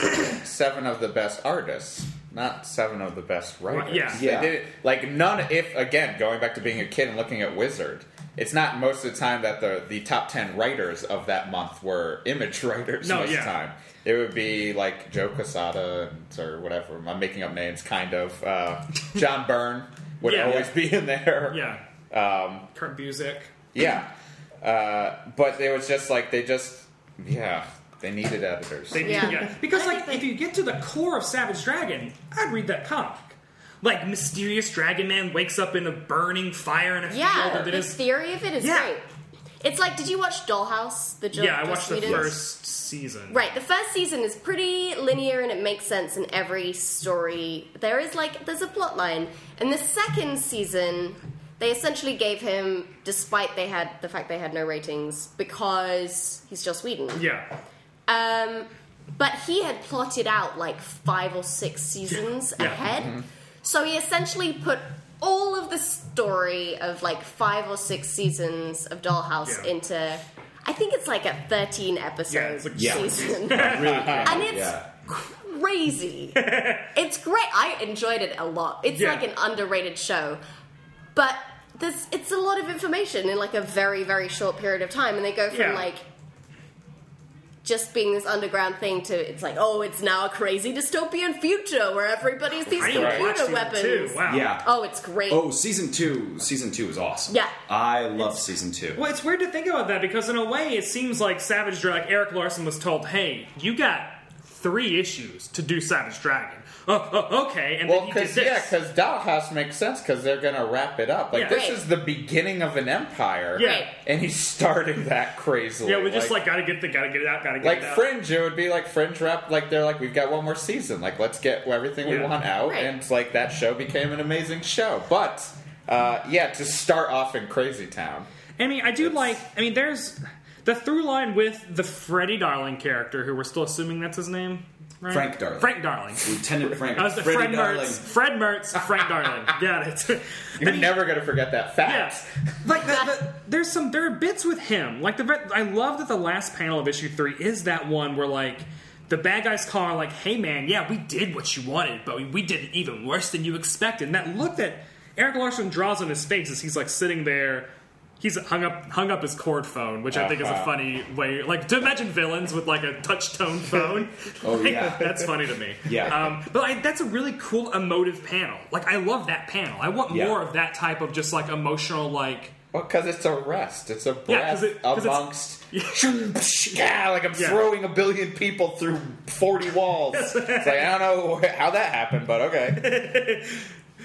seven of the best artists, not seven of the best writers. yeah. They Yeah. did it- like none. If again, going back to being a kid and looking at Wizard, it's not most of the time that the the top ten writers of that month were image writers. No, most yeah. of the time, it would be like Joe Quesada and- or whatever. I'm making up names, kind of. Uh, John Byrne would Yeah. always be in there. yeah. Um, Kurt Busiek. yeah. Uh, but it was just like they just yeah they needed editors. They Yeah. yeah. yeah. Because, I like, think if you get to the core of Savage Dragon, I'd read that comic. Like, mysterious Dragon Man wakes up in a burning fire in a field Yeah. and it The is. theory of it is Yeah. great. It's like, did you watch Dollhouse? The Joe yeah, I Joe watched the Sweden? first season. Right, the first season is pretty linear and it makes sense in every story. There is like there's a plot line. In the second season, they essentially gave him, despite they had the fact they had no ratings, because he's Joss Whedon. Yeah. Um, but he had plotted out like five or six seasons Yeah. Mm-hmm. ahead. So he essentially put all of the story of like five or six seasons of Dollhouse Yeah. into. I think it's like a 13 episode Yeah, it's like- Yeah. season. and it's Yeah. crazy. it's great. I enjoyed it a lot. It's Yeah. like an underrated show. But there's it's a lot of information in like a very, very short period of time. And they go from Yeah. like just being this underground thing to it's like, oh, it's now a crazy dystopian future where everybody's these I computer even watched season weapons. two. Wow. yeah. Oh, it's great. Oh, season two. Season two is awesome. Yeah. I love season two. Well, it's weird to think about that because in a way, it seems like Savage Dragon. Like Eric Larson was told, "Hey, you got three issues to do Savage Dragon." Oh, oh, okay, and Well, then he did because this. yeah, because Dollhouse makes sense because they're gonna wrap it up. Like Yeah. this Right. is the beginning of an empire. Yeah. Right. and he started that crazily. yeah, we just like, gotta get the gotta get it out, gotta get like it out. Fringe. It would be like Fringe wrap. Like they're like we've got one more season. Like let's get everything we Yeah. want out. Right. And like that show became an amazing show. But uh, yeah, to start off in Crazy Town. I mean, I do like. I mean, there's the through line with the Freddie Darling character, who we're still assuming that's his name. Right? Frank Darling. Frank Darling. Lieutenant Frank. I was the Freddie Fred Darling. Mertz. Fred Mertz. Frank Darling. Got it. You're never gonna forget that Yeah, fact. like the, the, there's some there are bits with him. Like the ve- I love that the last panel of issue three is that one where like the bad guys call are like, "Hey man, yeah, we did what you wanted, but we, we did it even worse than you expected." And that look that Eric Larson draws on his face as he's like sitting there. He's hung up hung up his cord phone, which I think is a Uh-huh. funny way. Like to imagine villains with like a touch tone phone. Oh, yeah. Like, that's funny to me. Yeah. Um, but I, that's a really cool emotive panel. Like I love that panel. I want Yeah. more of that type of just like emotional like Well, because it's a rest. It's a Yeah, breath 'cause it- 'cause it's- amongst. yeah, like I'm Yeah. throwing a billion people through 40 walls. it's like, I don't know how that happened, but okay.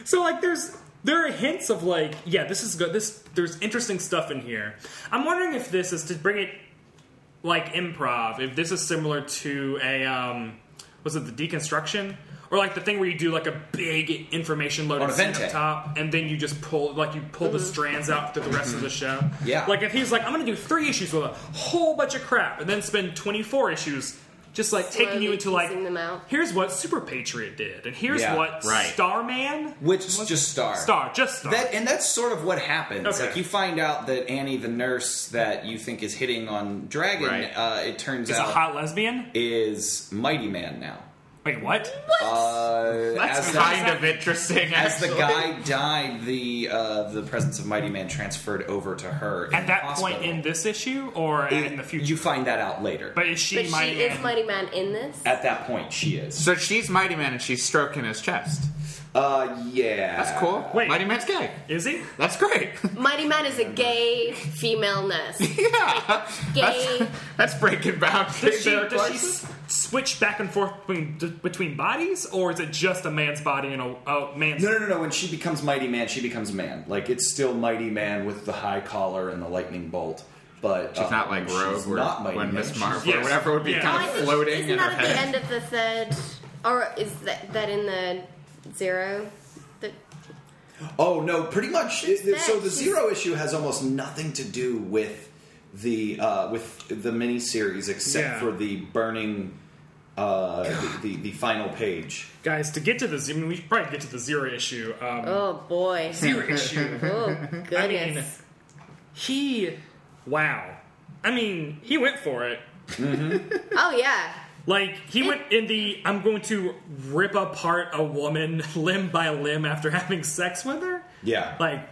So like there's there are hints of like yeah this is good this there's interesting stuff in here. I'm wondering if this is to bring it like improv if this is similar to a um was it the deconstruction or like the thing where you do like a big information load On on a up Ventec. top, and then you just pull like you pull Mm-hmm. the strands out through the rest of the show. Mm-hmm. Yeah. Like if he's like, I'm gonna do three issues with a whole bunch of crap, and then spend 24 issues. Just like taking Slowly you into like, piecing them out. here's what Super Patriot did, and here's Yeah, what right. Starman, Which was- just star. Star, just Star. That and that's sort of what happens. Okay. Like you find out that Annie, the nurse that you think is hitting on Dragon, Right. uh, it turns is a out hot lesbian. is Mighty Man now. Wait, what? Uh, That's as the, high- kind of interesting. as the actually. guy died, the uh, the presence of Mighty Man transferred over to her. in At that the hospital. point in this issue, or It- in the future? you find that out later. but is she But my she is Mighty Man in this. at that point, she is. So she's Mighty Man and she's stroking his chest. Uh, yeah, That's cool. Uh, Wait. Mighty Man's gay. Is he? That's great. Mighty Man is a gay female nurse. yeah. Gay. That's, that's breaking bounds. Does she, does she s- switch back and forth between, d- between bodies, or is it just a man's body and a, a man's? No, no, no, no. When she becomes Mighty Man, she becomes man. Like it's still Mighty Man with the high collar and the lightning bolt. But um, Uh, She's not like she's Rogue or not Mighty when Man. Miss She's- Marvel Yes. or whatever would be Yeah. kind I of think- floating Oh, isn't in her that at the end head. of the third, or is that that in the zero? That Oh no, pretty much. it- it- so the She's- zero issue has almost nothing to do with the uh, with the miniseries except Yeah. for the burning uh, the, the the final page. Guys, to get to the, z- I mean, we should probably get to the zero issue. Um, oh boy, Zero issue. oh I mean, goodness. he, wow. I mean, he went for it. oh yeah, Like he went in the, I'm going to rip apart a woman limb by limb after having sex with her. Yeah. Like,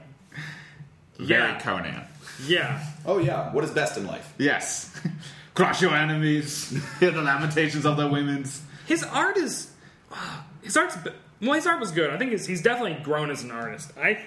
Very yeah, Conan. yeah. oh yeah. What is best in life? Yes. Crush your enemies. Hear the lamentations of the women's. His art is his art's well, his art was good. I think he's, he's definitely grown as an artist. I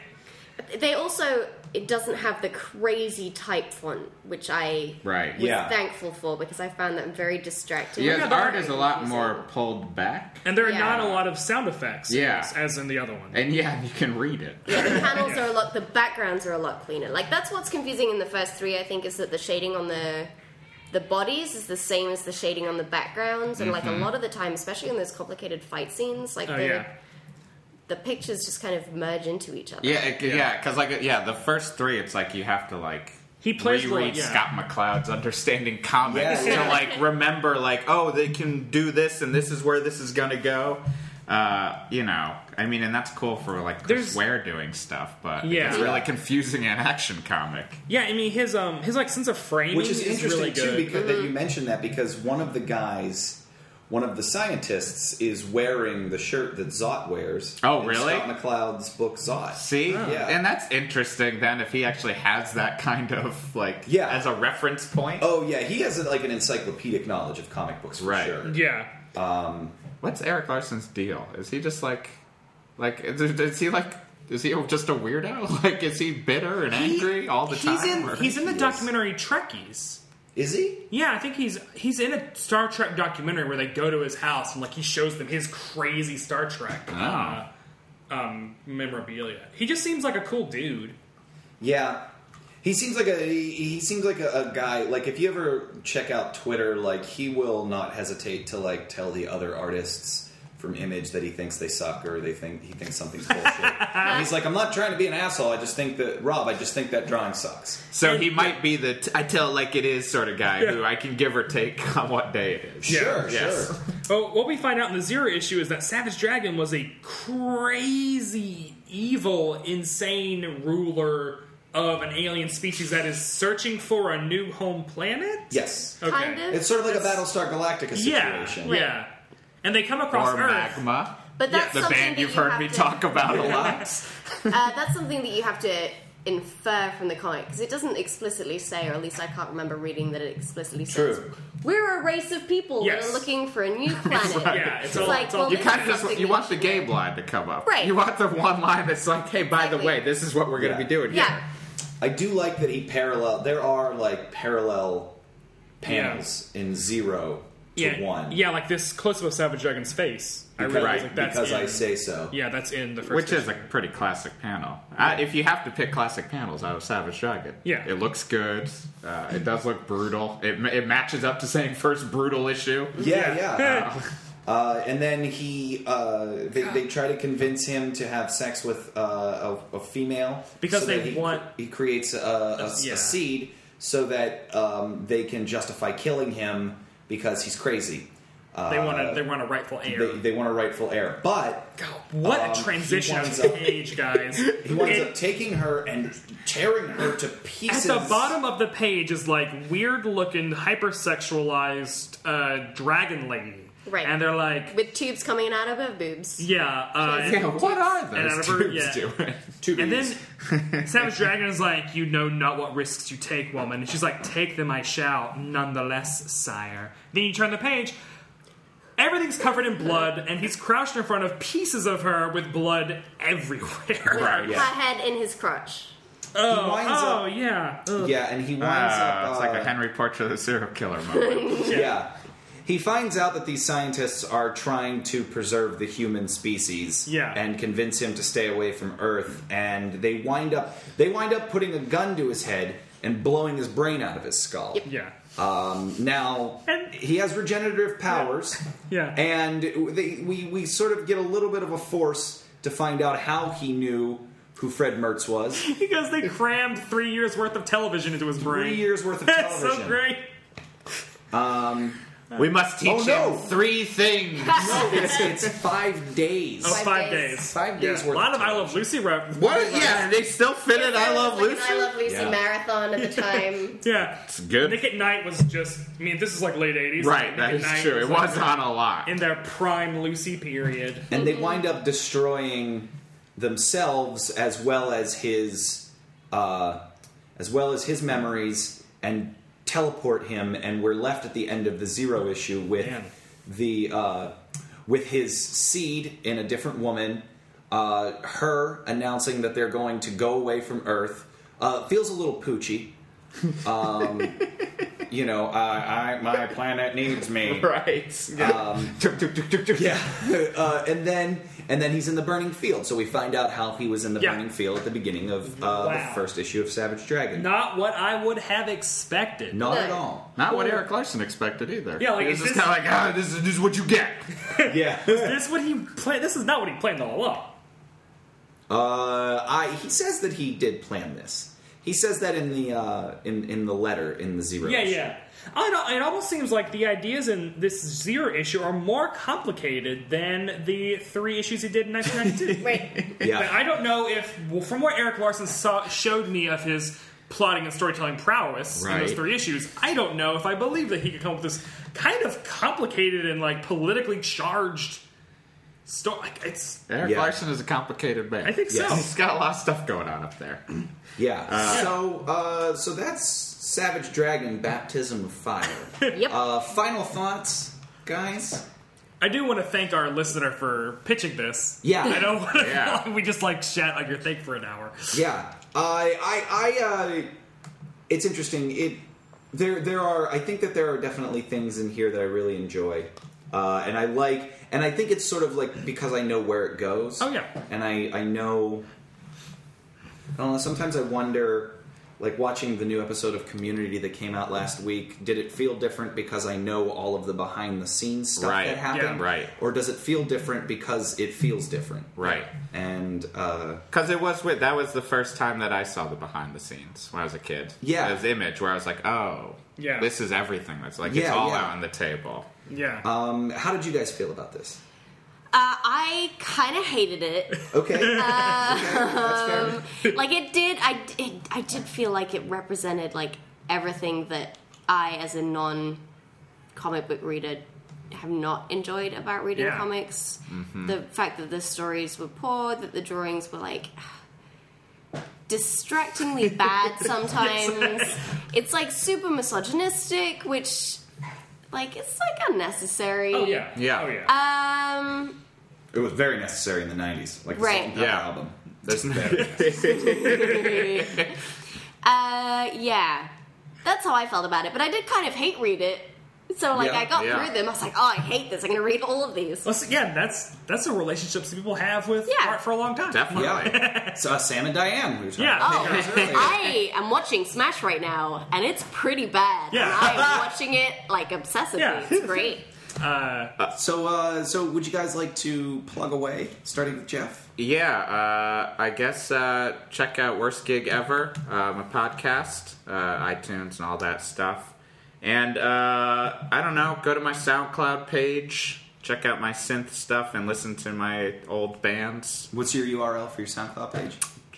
they also it doesn't have the crazy type font, which I Right. was Yeah. thankful for because I found that very distracting. Yeah, his Yeah, art is a lot more pulled back. and there are Yeah. not a lot of sound effects. Yeah. as, as in the other one. And yeah, you can read it. Yeah, the panels are a lot. The backgrounds are a lot cleaner. Like that's what's confusing in the first three. I think is that the shading on the the bodies is the same as the shading on the backgrounds, and like Mm-hmm. a lot of the time, especially in those complicated fight scenes, like Oh the, yeah, the pictures just kind of merge into each other. Yeah, it, yeah, because like yeah, the first three, it's like you have to like He plays the- reread yeah. Scott McCloud's Understanding Comics Yeah, to yeah. like remember like oh they can do this and this is where this is gonna go. Uh, you know, I mean, and that's cool for like Chris There's- Ware doing stuff, but Yeah. it's really confusing an action comic. yeah. I mean, his um his like sense of framing Which is interesting really too, good. because that you mentioned that because one of the guys, one of the scientists, is wearing the shirt that Zot wears. Oh, in really? Scott McCloud's book Zot. See, Yeah. and that's interesting. Then if he actually has that kind of like Yeah. as a reference point. Oh yeah, he has like an encyclopedic knowledge of comic books for Right. sure. yeah, What's Eric Larson's deal? Is he just like, like, is, is he like, is he just a weirdo? Like, is he bitter and angry all the he's time? in- or- he's in the Yes. documentary Trekkies. Is he? Yeah, I think he's he's in a Star Trek documentary where they go to his house and like he shows them his crazy Star Trek uh, um, memorabilia. He just seems like a cool dude. Yeah. He seems like a he, he seems like a, a guy like if you ever check out Twitter like he will not hesitate to like tell the other artists from Image that he thinks they suck or they think he thinks something's bullshit. and he's like I'm not trying to be an asshole. I just think that Rob, I just think that drawing sucks. so he might be the t- I tell like it is sort of guy who I can give or take on what day it is. Yeah, sure, yes. sure. Well, what we find out in the Zero issue is that Savage Dragon was a crazy, evil, insane ruler of an alien species that is searching for a new home planet. Yes. Okay. Kind of. It's sort of like a Battlestar Galactica Yeah. situation. Yeah. And they come across Or Earth. magma. But that's the something band that you've you heard have me to- talk about a lot. Uh, that's something that you have to infer from the comic because it doesn't explicitly say, or at least I can't remember reading that it explicitly says, True. "We're a race of people that Yes. are looking for a new planet." Yeah, it's, all, like, it's all well, You different. kind of just Something you want the we should game know. line to come up. Right. You want the one line that's like, hey, by the Exactly. way, this is what we're going to Yeah. be doing. here. Yeah. I do like that he parallel. There are like parallel panels in zero to yeah, one. Yeah, like this close up of Savage Dragon's face. I because, realized Right, like, that's because in, I say so. Yeah, that's in the first. Which is issue. a pretty classic panel. I, if you have to pick classic panels out of Savage Dragon, Yeah. it looks good. Uh, it does look brutal. It, ma- it matches up to saying first brutal issue. Yeah, Yeah. yeah. Uh, and then he, uh, they, they try to convince him to have sex with uh, a, a female Because so they that he, want- He creates a, a, a Yeah. seed so that um, they can justify killing him because he's crazy. Uh, They want a they want a rightful heir. They, they want a rightful heir, but God, what Um, a transition he of winds up- page, guys. he winds It- up taking her and tearing her to at pieces. the bottom of the page is like weird looking hypersexualized uh, dragon lady. Right. And they're like with tubes coming out of her boobs. Yeah, uh, Yeah, what are And I those remember- tubes yeah. doing? Two And bees. then Savage Dragon is like, You know not what risks you take, woman. And she's like, Take them I shall, nonetheless, sire. Then you turn the page. Everything's covered in blood, and he's crouched in front of pieces of her with blood everywhere. Right, Her head in his crotch. Oh, winds oh up- yeah. Ugh. yeah, and he winds Uh, up. it's uh, like a Henry Portrait of the Serial Killer moment. yeah. He finds out that these scientists are trying to preserve the human species Yeah. and convince him to stay away from Earth and they wind up they wind up putting a gun to his head and blowing his brain out of his skull. Yeah. Um, now And- he has regenerative powers. Yeah. And they, we we sort of get a little bit of a force to find out how he knew who Fred Mertz was. Because they crammed three years worth of television into his brain. Three years worth of That's television. so great. we must teach Oh, no. him three things. It's, it's five days. Oh, Five five days. days. Five days Yeah. worth A lot of of I Love Lucy rep. What? Yeah, and they still fit it. I love Like an Lucy. I Love Lucy Yeah. marathon at the time. Yeah. It's good. Nick at Night was just. I mean, this is like late '80s. right, Nick that at is Night true. It was uh, like on a lot. in their prime Lucy period. and they wind up destroying themselves as well as his uh, as well as his memories and teleport him and we're left at the end of the zero issue with Man. the uh, with his seed in a different woman uh, her announcing that they're going to go away from earth uh, feels a little poochy um, you know I, I my planet needs me right. um, yeah, uh, and then and then he's in the burning field. So we find out how he was in the Yeah. burning field at the beginning of uh, Wow. the first issue of Savage Dragon. Not what I would have expected. Not No. at all. Not what Eric Larson expected either. Yeah, like, he was is just this- kind of like, ah, this is, this is what you get. Yeah. This what he planned. This is not what he planned all along. uh, I, he says that he did plan this. He says that in the uh, in in the letter in the zero. Yeah, issue. yeah. I don't, it almost seems like the ideas in this zero issue are more complicated than the three issues he did in 1992. Right. But yeah. I don't know if, well, from what Eric Larson saw, showed me of his plotting and storytelling prowess in those Right. three issues, I don't know if I believe that he could come up with this kind of complicated and like politically charged story. Like, it's, Eric Yeah. Larson is a complicated man. I think Yes. so. He's got a lot of stuff going on up there. Yeah. so uh, so that's Savage Dragon Baptism of Fire. Yep. uh, final thoughts, guys. I do want to thank our listener for pitching this. Yeah. I don't want to. Yeah. we just like chat on your thing for an hour. Yeah, I, I, I. Uh, it's interesting. It there, there are. I think that there are definitely things in here that I really enjoy, uh, and I like. And I think it's sort of like because I know where it goes. Oh, yeah. and I, I know. I don't know. Sometimes I wonder, like watching the new episode of Community that came out last week. Did it feel different because I know all of the behind the scenes stuff Right, that happened, yeah, right. Or does it feel different because it feels different, Right. And uh, Because it was with that was the first time that I saw the behind the scenes when I was a kid. Yeah. it was image where I was like, oh, Yeah. this is everything. That's like it's Yeah, all yeah. out on the table. Yeah. um, how did you guys feel about this? Uh, I kind of hated it. Okay. Okay, that's Um, fair. like it did I, it, I did feel like it represented like everything that i as a non comic book reader have not enjoyed about reading Yeah. comics the fact that the stories were poor that the drawings were like distractingly bad sometimes it's like super misogynistic which like it's like unnecessary oh, yeah. Yeah. Oh, yeah. um It was very necessary in the '90s, like the Right. Salt and Pepper Yeah. album. There's no, Uh, yeah. That's how I felt about it. But I did kind of hate read it. So, like, Yeah, I got yeah. through them. I was like, oh, I hate this. I'm going to read all of these. Well, see, yeah, that's that's the relationships that people have with Yeah. art for a long time. definitely. Yeah, so uh, Sam and Diane. We were talking Yeah. about Oh, that earlier. I am watching Smash right now, and it's pretty bad. Yeah. And I am watching it, like, obsessively. Yeah. It's great. So, uh, so would you guys like to plug away, starting with Jeff? Yeah, uh, I guess uh, check out Worst Gig Ever, uh, my podcast, uh, iTunes, and all that stuff. And uh, I don't know, go to my SoundCloud page, check out my synth stuff, and listen to my old bands. What's your URL for your SoundCloud page?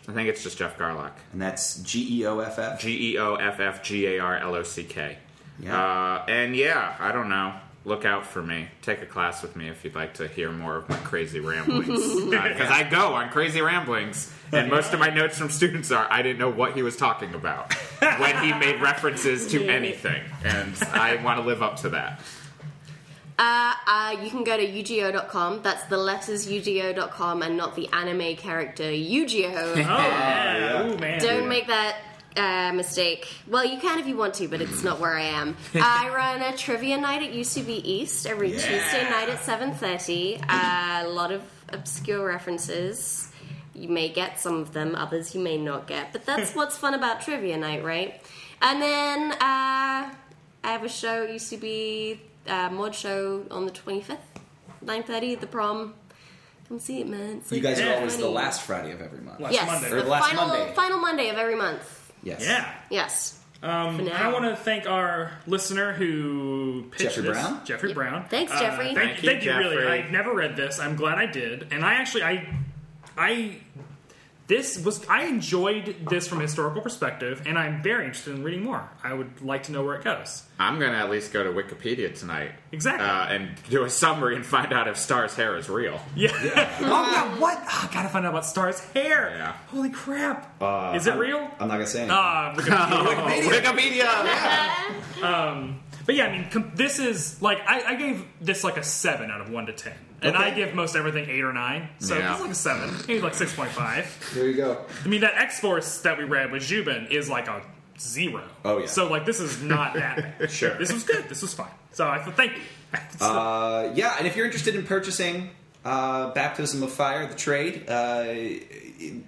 I think it's just Jeff Garlock. And that's G E O F F. G E O F F G A R L O C K. Yeah. Uh, and yeah, I don't know. Look out for me. Take a class with me if you'd like to hear more of my crazy ramblings. Because I go on crazy ramblings, and most of my notes from students are I didn't know what he was talking about when he made references to anything. And I want to live up to that. Uh, uh, you can go to ugo.com. That's the letters ugo.com and not the anime character Yu-Gi-Oh. Oh, yeah. Ooh, man. Don't make that uh, mistake. Well, you can if you want to, but it's not where I am. I run a trivia night at UCB East every Tuesday night at 7.30. Uh, a lot of obscure references. You may get some of them, others you may not get. But that's what's fun about trivia night, right? And then uh, I have a show at UCB, uh, mod show on the 25th, 9.30 at the prom. Come see it, man. It's You like guys are always the funny. last Friday of every month. Last Yes, Monday. Or the last final Monday. final Monday of every month. Yes. Yeah. Yes. Um, For now. I want to thank our listener who pitched Jeffrey this, Brown? Jeffrey Brown. Thanks, Uh, Jeffrey. thank, Thank you, thank you, you. Really, Jeffrey. I never read this. I'm glad I did, and I actually I I this was I enjoyed this from a historical perspective, and I'm very interested in reading more. I would like to know where it goes. I'm going to at least go to Wikipedia tonight. Exactly. Uh, and do a summary and find out if Star's hair is real. Yeah. oh yeah. What? Ah, gotta find out about Star's hair. Yeah. Uh, Holy crap. Is it real? I'm not gonna say anything. Ah, we got- Oh, Wikipedia! But yeah, I mean, com- this is like I, I gave this like a seven out of one to ten, and Okay. I give most everything eight or nine. So Yeah. it's like a seven, maybe like six point five. there you go. I mean, that X Force that we read with Jubin is like a zero. Oh, yeah. So like this is not that bad. Sure. This was good. This was fine. So I thank you. Uh, yeah, and if you're interested in purchasing uh, Baptism of Fire, the trade, uh,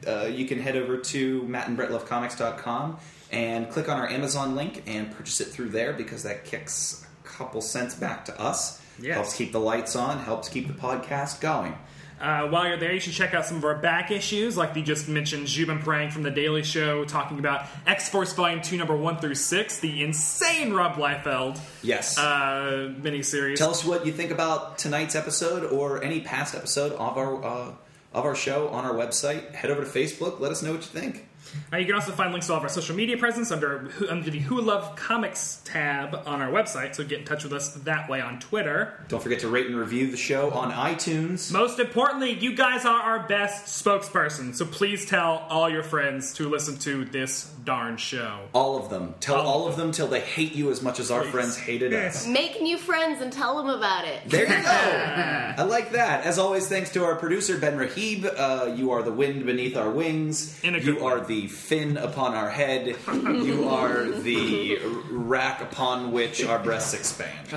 uh, you can head over to mattandbrettlovecomics.com and click on our Amazon link and purchase it through there because that kicks a couple cents back to us. Yes. Helps keep the lights on, helps keep the podcast going. Uh, while you're there, you should check out some of our back issues, like the just mentioned Jubin Prang from The Daily Show, talking about X Force Volume 2, Number 1 through 6, the insane Rob Liefeld Yes. uh, miniseries. Tell us what you think about tonight's episode or any past episode of our uh, of our show on our website. Head over to Facebook. Let us know what you think. Uh, you can also find links to all of our social media presence under who- under the Who Love Comics tab on our website. So get in touch with us that way on Twitter. Don't forget to rate and review the show on iTunes. Most importantly, you guys are our best spokesperson. So please tell all your friends to listen to this darn show. All of them. Tell Oh. all of them till they hate you as much as our friends hated us. Make new friends and tell them about it. There you go. I like that. As always, thanks to our producer Ben Rahib. Uh, you are the wind beneath our wings. In a you good are way. the fin upon our head. you are the rack upon which our breasts expand.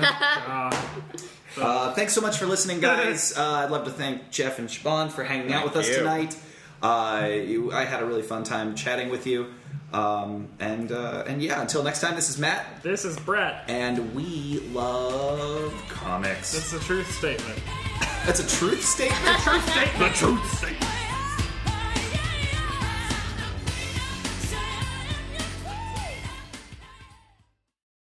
Uh, thanks so much for listening, guys. Uh, I'd love to thank Jeff and Shaban for hanging out with us you. tonight. Uh, you, I had a really fun time chatting with you. Um, and uh, and yeah, until next time, this is Matt. This is Brett. and we love comics. It's a truth statement. That's a truth statement. Truth statement. The truth statement.